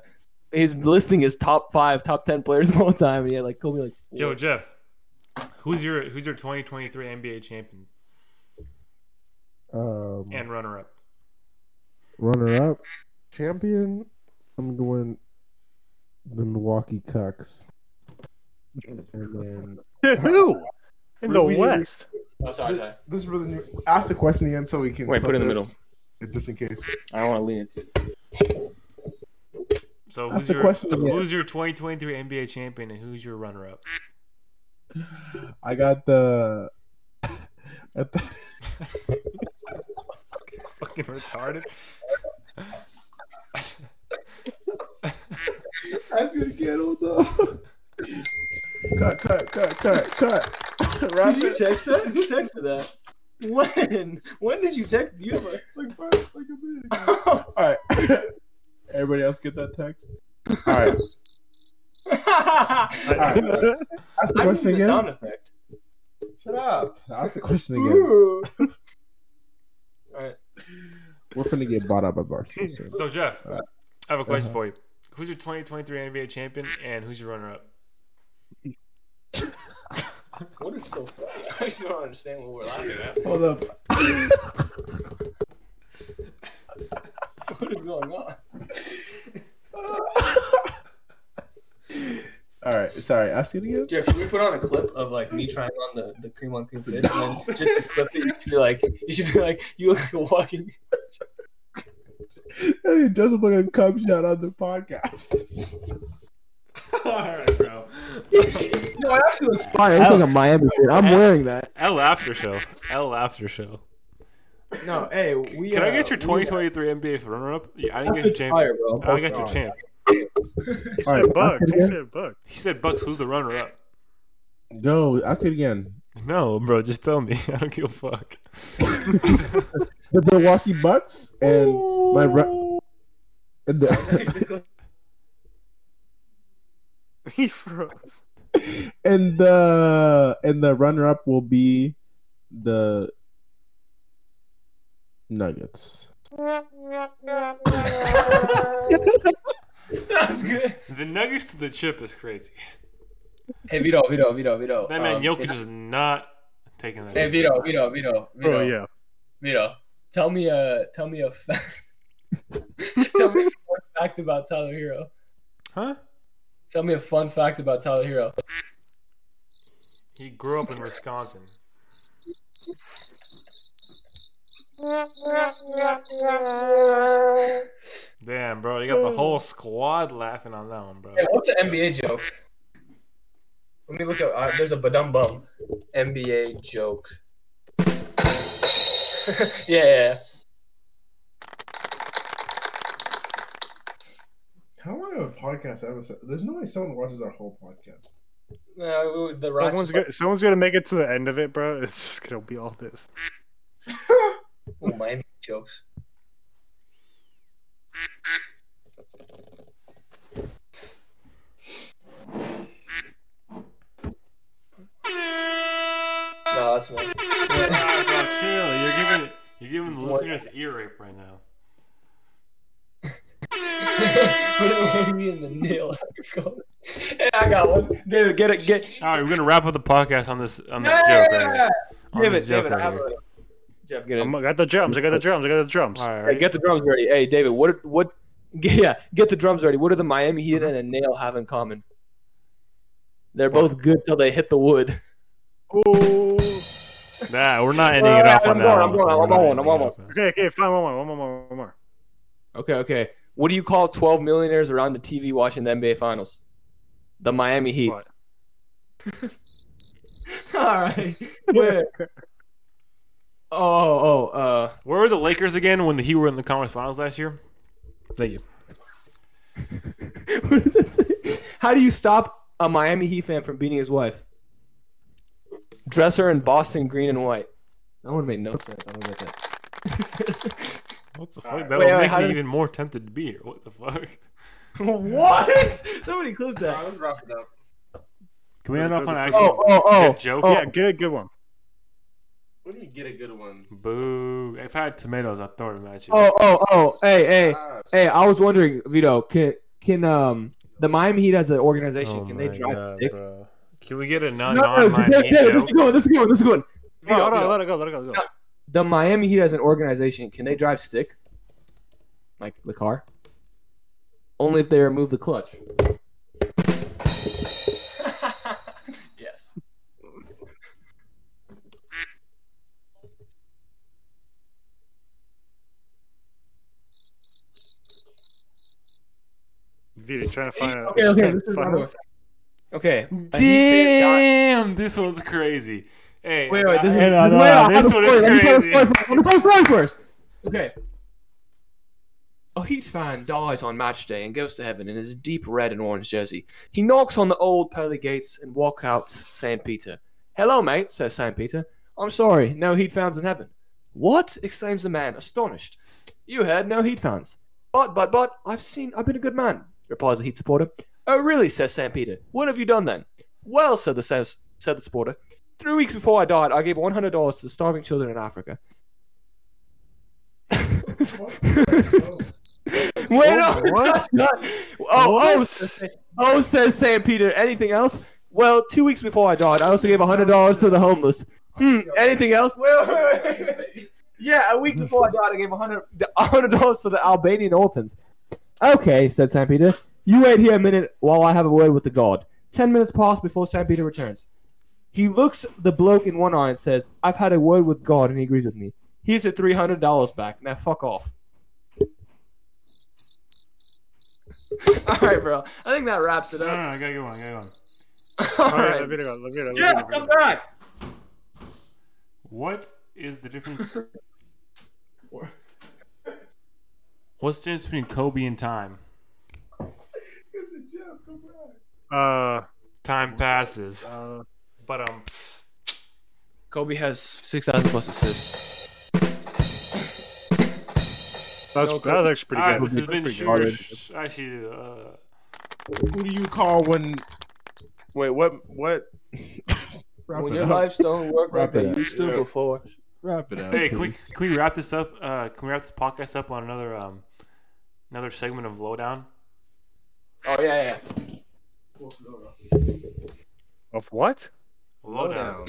S5: he's listing his top five, top ten players of all time, and he had like Kobe like. four.
S3: Yo, Jeff, who's your who's your 2023 NBA champion
S2: Um,
S3: and runner up?
S2: runner up, champion. I'm going the Milwaukee Cucks, and then
S4: To <laughs> who? In the
S2: We- we-
S4: West. <laughs>
S1: oh sorry, sorry.
S2: this is really new. Ask the question again so we can
S5: Wait, put it in the
S2: this- Just in case.
S1: I don't want to lean into it.
S3: So
S2: That's
S3: who's
S2: the
S3: your
S2: question,
S3: so
S2: yeah.
S3: who's your 2023 NBA champion and who's your runner up?
S2: I got the. <laughs> At the
S3: <laughs>
S2: <laughs>
S3: Fucking retarded.
S2: That's gonna get old though. oh <laughs> cut, cut, cut, cut, cut. <laughs> Wrap
S1: Did you
S2: it.
S1: text that? Who texted that? When? When did you text?
S2: <laughs>
S1: Do you have a-
S2: Like, five, like a minute ago. All right. <laughs> Everybody else get that text? All right.
S1: I
S2: All right. Ask the
S1: need
S2: question
S1: the
S2: again.
S1: sound effect.
S2: Shut up. Ask the question again.
S1: Ooh. Alright.
S2: We're finna get bought out by Barstool. So.
S3: So Jeff, I have a question
S2: Uh-huh.
S3: for you. Who's your 2023 NBA champion and who's your runner up?
S1: What is so funny? <laughs> I just don't understand what we're laughing at.
S2: Hold up.
S1: <laughs> What is going on?
S2: All right. Sorry. Ask it again.
S1: Jeff, can we put on a clip of like me trying on the, the cream on cream fit, and then just to flip it, you should be like, you should be like, you look like a walking.
S2: <laughs> Hey, It doesn't look like a cum shot on the podcast.
S3: All right, bro.
S1: No, it actually looks.
S6: Fire. It's like a Miami shit. I'm wearing that.
S3: L after show. L after show.
S1: <laughs> No, hey, we.
S3: Can I
S1: uh,
S3: get your
S1: we, uh,
S3: 2023 NBA runner up? Yeah, I didn't get your
S1: It's
S3: champion.
S1: fire, bro.
S3: I got your champ.
S4: He
S2: All
S4: said
S2: right, ask
S4: Bucks.
S2: it
S4: He
S2: again.
S4: said Bucks.
S3: He said Bucks. Who's the runner up?
S2: No, ask it again.
S3: No, bro. Just tell me. <laughs> I don't give a fuck.
S2: The Milwaukee Bucks and my. Re- and the,
S4: <laughs>
S2: <laughs>
S4: He froze.
S2: and the and the runner up will be the Nuggets.
S1: <laughs> That's good.
S3: The Nuggets to the chip is crazy.
S1: Hey, Vito, Vito, Vito, Vito.
S3: That man
S1: um,
S3: Jokic is not taking that.
S1: Hey, Vito, Vito, Vito, Vito.
S4: Oh yeah.
S1: Vito, tell me a tell me a <laughs> fact. tell me a fact about Tyler Hero.
S3: Huh?
S1: Tell me a fun fact about Tyler Hero.
S3: He grew up in Wisconsin. Damn, bro, you got the whole squad laughing on that one, bro.
S1: Yeah, what's an NBA joke? Let me look up. Uh, there's a badum bum NBA joke. <laughs> yeah, yeah,
S2: How long of a podcast episode? There's no way someone watches our whole podcast.
S1: yeah. Uh, we- the Rock's
S4: Someone's
S1: just
S4: gonna, someone's gonna make it to the end of it, bro. <laughs> It's just gonna be all this.
S1: like, "Ooh, Oh, Miami jokes. No, that's <laughs> mine.
S3: Ah, bro, chill. You're giving you're giving the listeners ear rape right now.
S1: Put me in the nail. <laughs> hey, I got one. David, get it. Get
S3: All right, we're gonna wrap up the podcast on this on this joke right here. On
S5: Give
S3: this
S5: it,
S3: joke
S5: David. I
S3: right
S5: have
S3: here.
S5: a... Jeff, get it.
S4: I'm, I got the drums. I got the drums. I got the drums.
S3: All right,
S5: Hey, get the drums ready. Hey, David, what what? <laughs> Yeah, get the drums ready. What do the Miami Heat and a nail have in common? They're both good till they hit the wood.
S3: nah, we're not ending it off on
S5: I'm
S3: that.
S5: going,
S3: one.
S5: I'm going,
S3: We're not
S5: I'm going,
S3: ending
S5: I'm going.
S3: it off on that.
S4: Okay, okay, fine. One more, one more, one more.
S5: Okay, okay. What do you call 12 millionaires around the TV watching the NBA Finals? <laughs> The Miami Heat.
S4: What?
S5: <laughs> All <laughs> right. Wait. oh, oh, uh, <laughs>
S3: Where were the Lakers again when the Heat were in the conference finals last year? Thank you.
S5: what does it say? How do you stop a Miami Heat fan from beating his wife? Dress her in Boston green and white. That one made no sense. I don't get that.
S3: What the fuck?
S2: Alright.
S3: That'll
S5: Wait, wait,
S3: make
S5: how
S3: me
S5: did-
S3: even more tempted to beat her. What the fuck?
S5: <laughs> what? Somebody clip that.
S1: let's wrap it up.
S3: Can we end off on an
S5: Oh,
S3: actual
S5: oh, oh.
S3: good joke?
S4: Yeah, good, good one.
S2: What do you get a good one?
S3: Boo. If I had tomatoes, I'd throw them at you.
S5: Oh, oh, oh. Hey, hey.
S2: Ah,
S5: Hey, I was wondering, Vito, can can um the Miami Heat as an organization
S3: Oh
S5: can they
S3: my
S5: drive
S3: God,
S5: stick?
S3: bro. Can we get a non
S5: No, no,
S3: non
S5: no,
S3: Miami
S5: yeah, <laughs>
S3: joke?
S5: this is good. This is good. This is good.
S4: No, hold on, let it go, let it go, let it go.
S5: The Miami Heat as an organization can they drive stick? Like the car? Only if they remove the clutch.
S1: yes.
S4: Vito, trying to find a
S5: Okay, okay. This is
S4: find
S5: another one. Okay.
S3: Damn, this one's crazy. Hey,
S5: Wait, wait. This is, <laughs>
S3: hang on,
S5: this,
S3: hold
S5: wait, I
S3: on,
S5: have a
S3: this one
S5: story. Let me tell a
S3: is
S5: story
S3: crazy.
S5: first. Let me tell a story first. Okay. A Heat fan dies on match day and goes to heaven in his deep red and orange jersey. He knocks on the old pearly gates and walks out St. Peter. Hello, mate, says St. Peter. I'm sorry, no Heat fans in heaven. What? exclaims the man, astonished. You heard no Heat fans. But, but, but, I've seen, I've been a good man, replies the Heat supporter. Oh, really, says St. Peter. What have you done then? Well, said the, says, said the supporter, three weeks before I died, I gave $100 to the starving children in Africa. <laughs> Wait, no, it's
S4: What?
S5: not- Oh, oh,
S4: What?
S5: says- oh, says St. Peter. Anything else? Well, two weeks before I died, I also gave $100 to the homeless. Hmm, anything else? Wait, wait, wait, wait, wait. Yeah, a week before I died, I gave $100, $100 to the <laughs> Albanian orphans. Okay, said St. Peter. You wait here a minute while I have a word with the god. Ten minutes pass before St. Peter returns. He looks the bloke in one eye and says, I've had a word with God and he agrees with me. Here's your $300 back. Now fuck off. <laughs> All right, bro. I think that wraps it
S3: No, no, no,
S5: up.
S3: I gotta get one. I gotta get one.
S5: All
S4: All right,
S5: right.
S4: let Vito go, let Vito go, let
S1: Jeff,
S4: Vito go.
S1: come back.
S3: What is the
S5: <laughs>
S3: difference? What's the difference between Kobe and time?
S4: Uh,
S3: Time passes.
S4: uh,
S3: But um, psst.
S1: Kobe has 6,000 plus assists.
S4: that's, that was actually
S3: all
S4: pretty
S3: right,
S4: good.
S3: this has been
S2: Pretty
S3: sure.
S2: good.
S3: sh- Actually, uh,
S2: Who do you call when? Wait, what? What? Wrap
S5: When
S2: it
S5: your
S2: up.
S5: lives don't work
S2: Wrap
S5: like
S2: it
S5: they
S2: up.
S5: used to
S2: Yeah.
S5: before.
S2: Wrap it up.
S3: hey, can we,
S2: please.
S3: can we wrap this up? Uh, can we wrap this podcast up on another um, another segment of lowdown?
S1: Oh, yeah, yeah.
S4: Of what?
S3: Lowdown.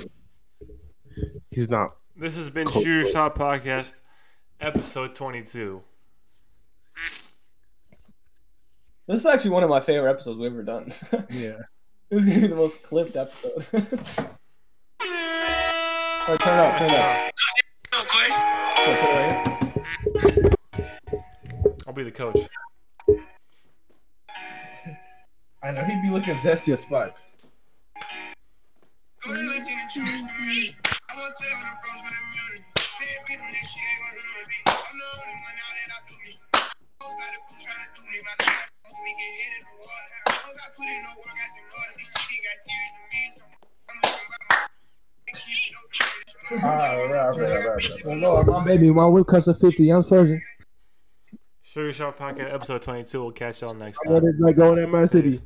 S2: He's not.
S3: This has been
S2: Cool.
S3: Shooter Shot Podcast, episode twenty-two.
S8: This is actually one of my favorite episodes we've ever done. <laughs>
S4: Yeah.
S8: This is gonna be the most clipped episode. <laughs> All right, turn it up, turn it up. Yeah, put it right here.
S3: I'll be the coach.
S2: I know he'd be looking zesty as fuck.
S7: Go to listen and choose the music. I won't sit on the bros with a music. They ain't beat 'em, that shit ain't gonna ruin me. I'm the only one out that I do me. Hoes got a boo tryna do me. My dad told me get hit in the water. Hoes I put in no work, I some noise. These shit ain't got serious to me. So I'm looking by my.
S8: My baby, my whip cuts a 50. I'm surgeon.
S3: Sugar Shop Pocket, episode 22. We'll catch y'all next
S2: What
S3: time.
S2: is like going at my city?